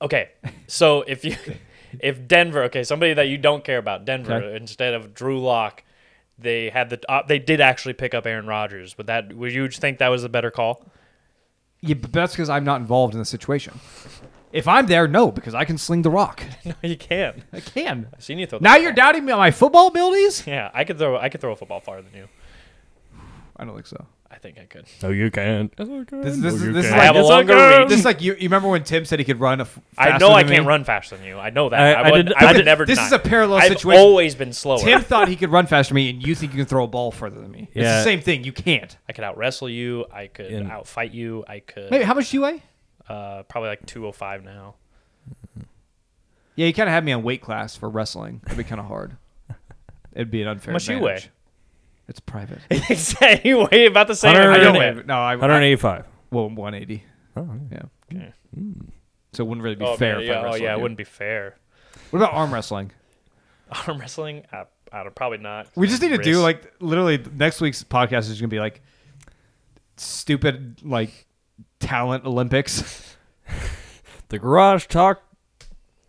Speaker 2: Okay, so if you if Denver, okay, somebody that you don't care about, Denver
Speaker 1: Okay.
Speaker 2: instead of Drew Lock, they had the uh, they did actually pick up Aaron Rodgers. Would that would you think that was the better call?
Speaker 1: Yeah, but that's because I'm not involved in the situation. If I'm there, no, because I can sling the rock.
Speaker 2: No, you can't.
Speaker 1: I can.
Speaker 2: I've seen you throw. the
Speaker 1: Now
Speaker 2: football.
Speaker 1: you're doubting me on my football abilities?
Speaker 2: Yeah, I could throw. I could throw a football farther than you.
Speaker 1: I don't think so.
Speaker 2: I think I could.
Speaker 3: No, you can't.
Speaker 1: This- this-
Speaker 3: you
Speaker 1: this is
Speaker 3: can't.
Speaker 1: like-
Speaker 2: I have a
Speaker 3: Yes,
Speaker 2: longer
Speaker 3: can.
Speaker 2: reach.
Speaker 1: This is like you. You remember when Tim said he could run? A f-
Speaker 2: I
Speaker 1: faster
Speaker 2: know I
Speaker 1: than me?
Speaker 2: can't run faster than you. I know that.
Speaker 3: I-
Speaker 2: I,
Speaker 3: I
Speaker 2: would,
Speaker 3: did-
Speaker 2: I
Speaker 3: I
Speaker 2: would
Speaker 3: did-
Speaker 2: never.
Speaker 1: this
Speaker 2: not.
Speaker 1: is a parallel
Speaker 2: I've
Speaker 1: situation.
Speaker 2: always been slower.
Speaker 1: Tim thought he could run faster than me, and you think you can throw a ball further than me. It's
Speaker 3: Yeah.
Speaker 1: the same thing. You can't.
Speaker 2: I could out wrestle you. I could
Speaker 3: In-
Speaker 2: out fight you. I could
Speaker 1: Maybe how much do you weigh?
Speaker 2: uh, probably like two oh five now.
Speaker 1: Yeah, you kind of had me on weight class for wrestling. It'd be kind of hard. It'd be an unfair.
Speaker 2: much you
Speaker 1: advantage.
Speaker 2: weigh?
Speaker 1: It's private.
Speaker 2: you weigh about the same.
Speaker 3: Hunter-
Speaker 2: I
Speaker 1: I
Speaker 2: don't
Speaker 1: don't
Speaker 3: Anyway.
Speaker 2: weigh.
Speaker 1: weigh. No, I, I
Speaker 3: 185.
Speaker 1: well, 180.
Speaker 3: Oh,
Speaker 1: Yeah.
Speaker 2: Okay.
Speaker 1: So it wouldn't really be
Speaker 2: Oh,
Speaker 1: fair.
Speaker 2: man,
Speaker 1: if I
Speaker 2: yeah, oh
Speaker 1: wrestled
Speaker 2: yeah, it
Speaker 1: you.
Speaker 2: wouldn't be fair.
Speaker 1: What about arm wrestling?
Speaker 2: Arm wrestling, I, I don't probably not.
Speaker 1: We just need to do
Speaker 2: Wrist.
Speaker 1: like literally next week's podcast is gonna be like stupid like talent Olympics.
Speaker 3: The garage talk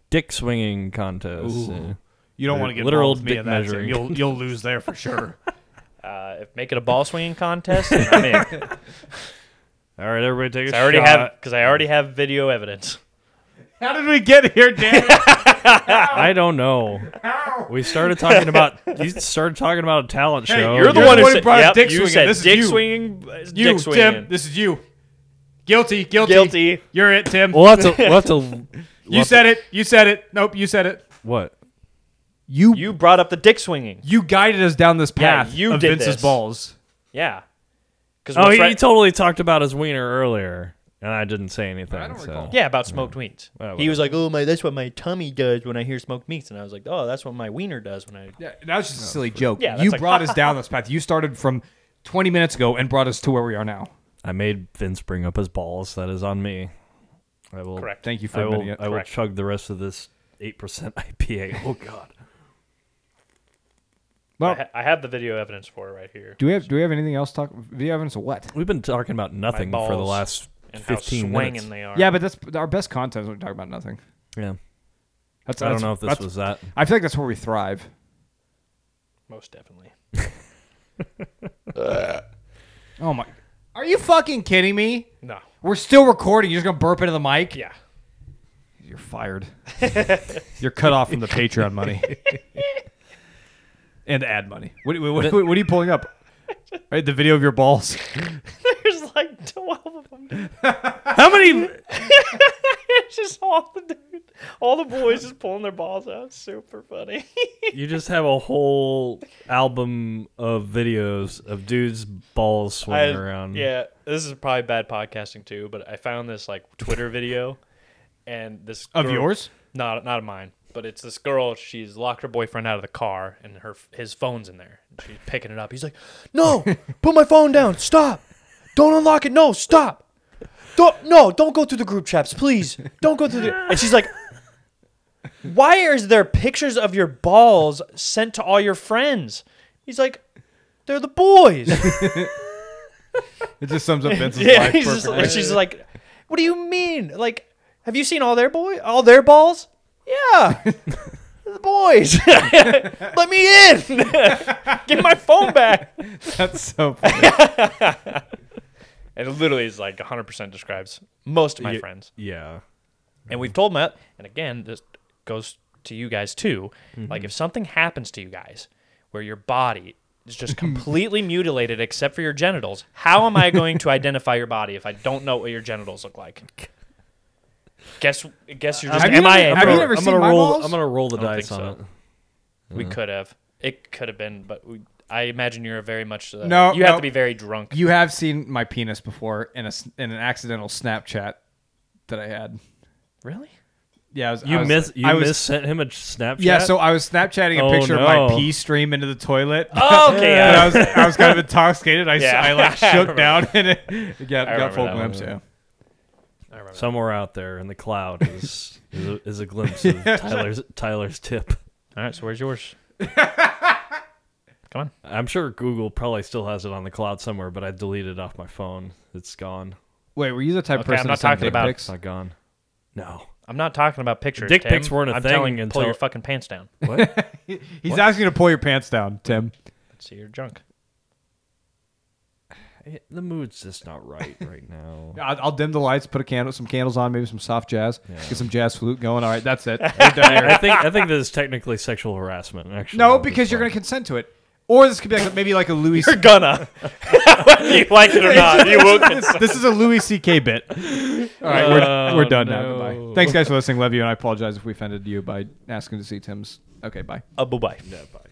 Speaker 3: dick swinging contest.
Speaker 1: Ooh. You don't
Speaker 3: Or
Speaker 1: want to get
Speaker 3: literal
Speaker 1: involved with me
Speaker 3: dick
Speaker 1: in that. Tim.
Speaker 3: measuring.
Speaker 1: You'll you'll lose there for sure.
Speaker 2: uh, if make it a ball swinging contest. then I'm in. 'Cause
Speaker 3: All right, everybody take a
Speaker 2: I already
Speaker 3: shot.
Speaker 2: have because I already have video evidence.
Speaker 1: How did we get here, Dan?
Speaker 3: I don't know. We started talking about you started talking about a talent show.
Speaker 1: you're the one who
Speaker 2: said-
Speaker 1: brought up
Speaker 2: yep,
Speaker 1: dick
Speaker 2: you
Speaker 1: swinging.
Speaker 2: said
Speaker 1: This is
Speaker 2: dick
Speaker 1: you.
Speaker 2: swinging. uh,
Speaker 1: You,
Speaker 2: dick swinging.
Speaker 1: Tim. This is you. Guilty, guilty.
Speaker 2: Guilty.
Speaker 1: You're it, Tim.
Speaker 3: Well, that's a that's a
Speaker 1: you said it. You said it. Nope, you said it.
Speaker 3: what?
Speaker 1: You you,
Speaker 2: You brought up the dick swinging.
Speaker 1: guided us down this
Speaker 2: Yeah,
Speaker 1: path
Speaker 2: you
Speaker 1: of
Speaker 2: did
Speaker 1: Vince's
Speaker 2: this.
Speaker 1: balls.
Speaker 2: Yeah. Because
Speaker 3: Oh, he, he totally talked about his wiener earlier, and I didn't say anything.
Speaker 1: don't
Speaker 3: so.
Speaker 1: recall.
Speaker 2: yeah, about smoked meats.
Speaker 3: Well,
Speaker 2: he was like, "Oh my, that's what my tummy does when I hear smoked meats," and I was like, "Oh, that's what my wiener does when I."
Speaker 1: Yeah, that was just a silly joke.
Speaker 2: Yeah, that's
Speaker 1: you
Speaker 2: like-
Speaker 1: brought us down this path. You started from 20 minutes ago and brought us to where we are now.
Speaker 3: I made Vince bring up his balls. That is on me. I will.
Speaker 2: Correct.
Speaker 1: Thank you for
Speaker 3: I will.
Speaker 1: admitting it.
Speaker 3: I will
Speaker 2: Correct.
Speaker 3: chug the rest of this eight percent IPA. Oh God.
Speaker 2: I,
Speaker 1: Well,
Speaker 2: ha- I have the video evidence for it right here.
Speaker 1: do we have do we have anything else to talk video evidence of what?
Speaker 3: We've been talking about nothing for the
Speaker 2: balls
Speaker 3: last
Speaker 2: and how
Speaker 3: fifteen
Speaker 2: swinging
Speaker 3: minutes.
Speaker 2: they are.
Speaker 1: Yeah, but that's our best content is when we talk about nothing.
Speaker 3: yeah.
Speaker 1: That's,
Speaker 3: I don't
Speaker 1: that's-
Speaker 3: know if this
Speaker 1: that's-
Speaker 3: was that.
Speaker 1: I feel like that's where we thrive.
Speaker 2: most definitely.
Speaker 1: Oh my Are you fucking kidding me?
Speaker 2: No.
Speaker 1: We're still recording. You're just gonna burp into the mic?
Speaker 2: Yeah.
Speaker 1: You're fired. You're cut off from the Patreon money. and ad money. What, what, what, what are you pulling up? Right, the video of your balls.
Speaker 2: There's like twelve of them.
Speaker 3: How many?
Speaker 2: It's just all the dude, all the boys just pulling their balls out. Super funny.
Speaker 3: you just have a whole album of videos of dudes' balls swinging around.
Speaker 2: Yeah, this is probably bad podcasting too, but I found this like Twitter video, and this
Speaker 1: Of
Speaker 2: girl-
Speaker 1: yours?
Speaker 2: not not of mine, but it's this girl. She's locked her boyfriend out of the car, and her his phone's in there. She's picking it up. He's like, "No, put my phone down. Stop. Don't unlock it. No, stop. Don't no. Don't go through the group chats, please. Don't go through the." And she's like. Why is there pictures of your balls sent to all your friends? He's like, they're the boys.
Speaker 1: It just sums up Vince's
Speaker 2: Yeah,
Speaker 1: life
Speaker 2: he's just,
Speaker 1: perfectly.
Speaker 2: and she's like, "What do you mean? Like, have you seen all their boy, all their balls? Yeah, the boys. Let me in. Get my phone back."
Speaker 1: That's so funny.
Speaker 2: And it literally is like 100 percent describes most of my
Speaker 3: Ye-
Speaker 2: friends.
Speaker 3: Yeah.
Speaker 2: And we've told them that. And again, this goes to you guys too.
Speaker 1: Mm-hmm.
Speaker 2: Like, if something happens to you guys, where your body is just completely mutilated except for your genitals, how am I going to identify your body if I don't know what your genitals look like? Guess, guess you're just
Speaker 1: Uh, Have you
Speaker 2: MIA.
Speaker 1: ever-
Speaker 2: bro.
Speaker 1: have you
Speaker 3: I'm
Speaker 1: ever
Speaker 3: gonna
Speaker 1: seen my
Speaker 3: roll,
Speaker 1: balls?
Speaker 3: I'm gonna roll the
Speaker 2: I don't
Speaker 3: dice
Speaker 2: think
Speaker 3: on
Speaker 2: so.
Speaker 3: it.
Speaker 2: We could have. It could have been, but we, I imagine you're a very much. Uh,
Speaker 1: No,
Speaker 2: you have
Speaker 1: no.
Speaker 2: to be very drunk.
Speaker 1: You have seen my penis before in a s- in an accidental Snapchat that I had.
Speaker 2: really?
Speaker 1: Yeah, I was,
Speaker 3: You
Speaker 1: I was,
Speaker 3: miss you
Speaker 1: I was,
Speaker 3: miss sent him a Snapchat.
Speaker 1: Yeah, so I was Snapchatting a
Speaker 3: Oh,
Speaker 1: picture of my
Speaker 3: no.
Speaker 1: pee stream into the toilet.
Speaker 2: Okay.
Speaker 1: And I
Speaker 2: Oh, Yeah.
Speaker 1: was I was kind of intoxicated. I, s-
Speaker 2: Yeah.
Speaker 1: I
Speaker 2: I
Speaker 1: like shook
Speaker 2: remember.
Speaker 1: down and it got,
Speaker 2: remember
Speaker 1: got full
Speaker 2: that one.
Speaker 1: glimpse. Yeah.
Speaker 2: I remember.
Speaker 3: somewhere out there in the cloud is is, a, is a glimpse of Tyler's Tyler's tip.
Speaker 2: All right. So where's yours? Come on.
Speaker 3: I'm sure Google probably still has it on the cloud somewhere, but I deleted it off my phone. It's gone.
Speaker 1: Wait, were you the type of
Speaker 2: Okay, I'm
Speaker 1: person
Speaker 2: not
Speaker 1: to send
Speaker 2: talking
Speaker 1: dick
Speaker 2: about-
Speaker 1: pics?
Speaker 3: It's not gone. No.
Speaker 2: I'm not talking about pictures.
Speaker 3: Dick
Speaker 2: Tim.
Speaker 3: pics weren't a
Speaker 2: I'm
Speaker 3: thing
Speaker 2: telling you, pull your
Speaker 3: until-
Speaker 2: fucking pants down.
Speaker 3: What?
Speaker 1: He's asking you to pull your pants down, Tim.
Speaker 2: Let's see your junk.
Speaker 3: the mood's just not right right now.
Speaker 1: I'll, I'll dim the lights, put a candle, some candles on, maybe some soft jazz, get some jazz flute going. All right, that's it. We're done here.
Speaker 3: I think I think this is technically sexual harassment. Actually,
Speaker 1: no, because you're going to consent to it. Or this could be like maybe like a Louis.
Speaker 2: You're gonna. Whether you like it or not, you will.
Speaker 1: this, this is a Louis C.K. bit. All right, we're,
Speaker 3: Oh,
Speaker 1: we're done now.
Speaker 3: no.
Speaker 1: Goodbye. Thanks, guys, for listening. Love you, and I apologize if we offended you by asking to see Tim's. Okay, bye.
Speaker 2: Uh, bye bye.
Speaker 3: Yeah, bye.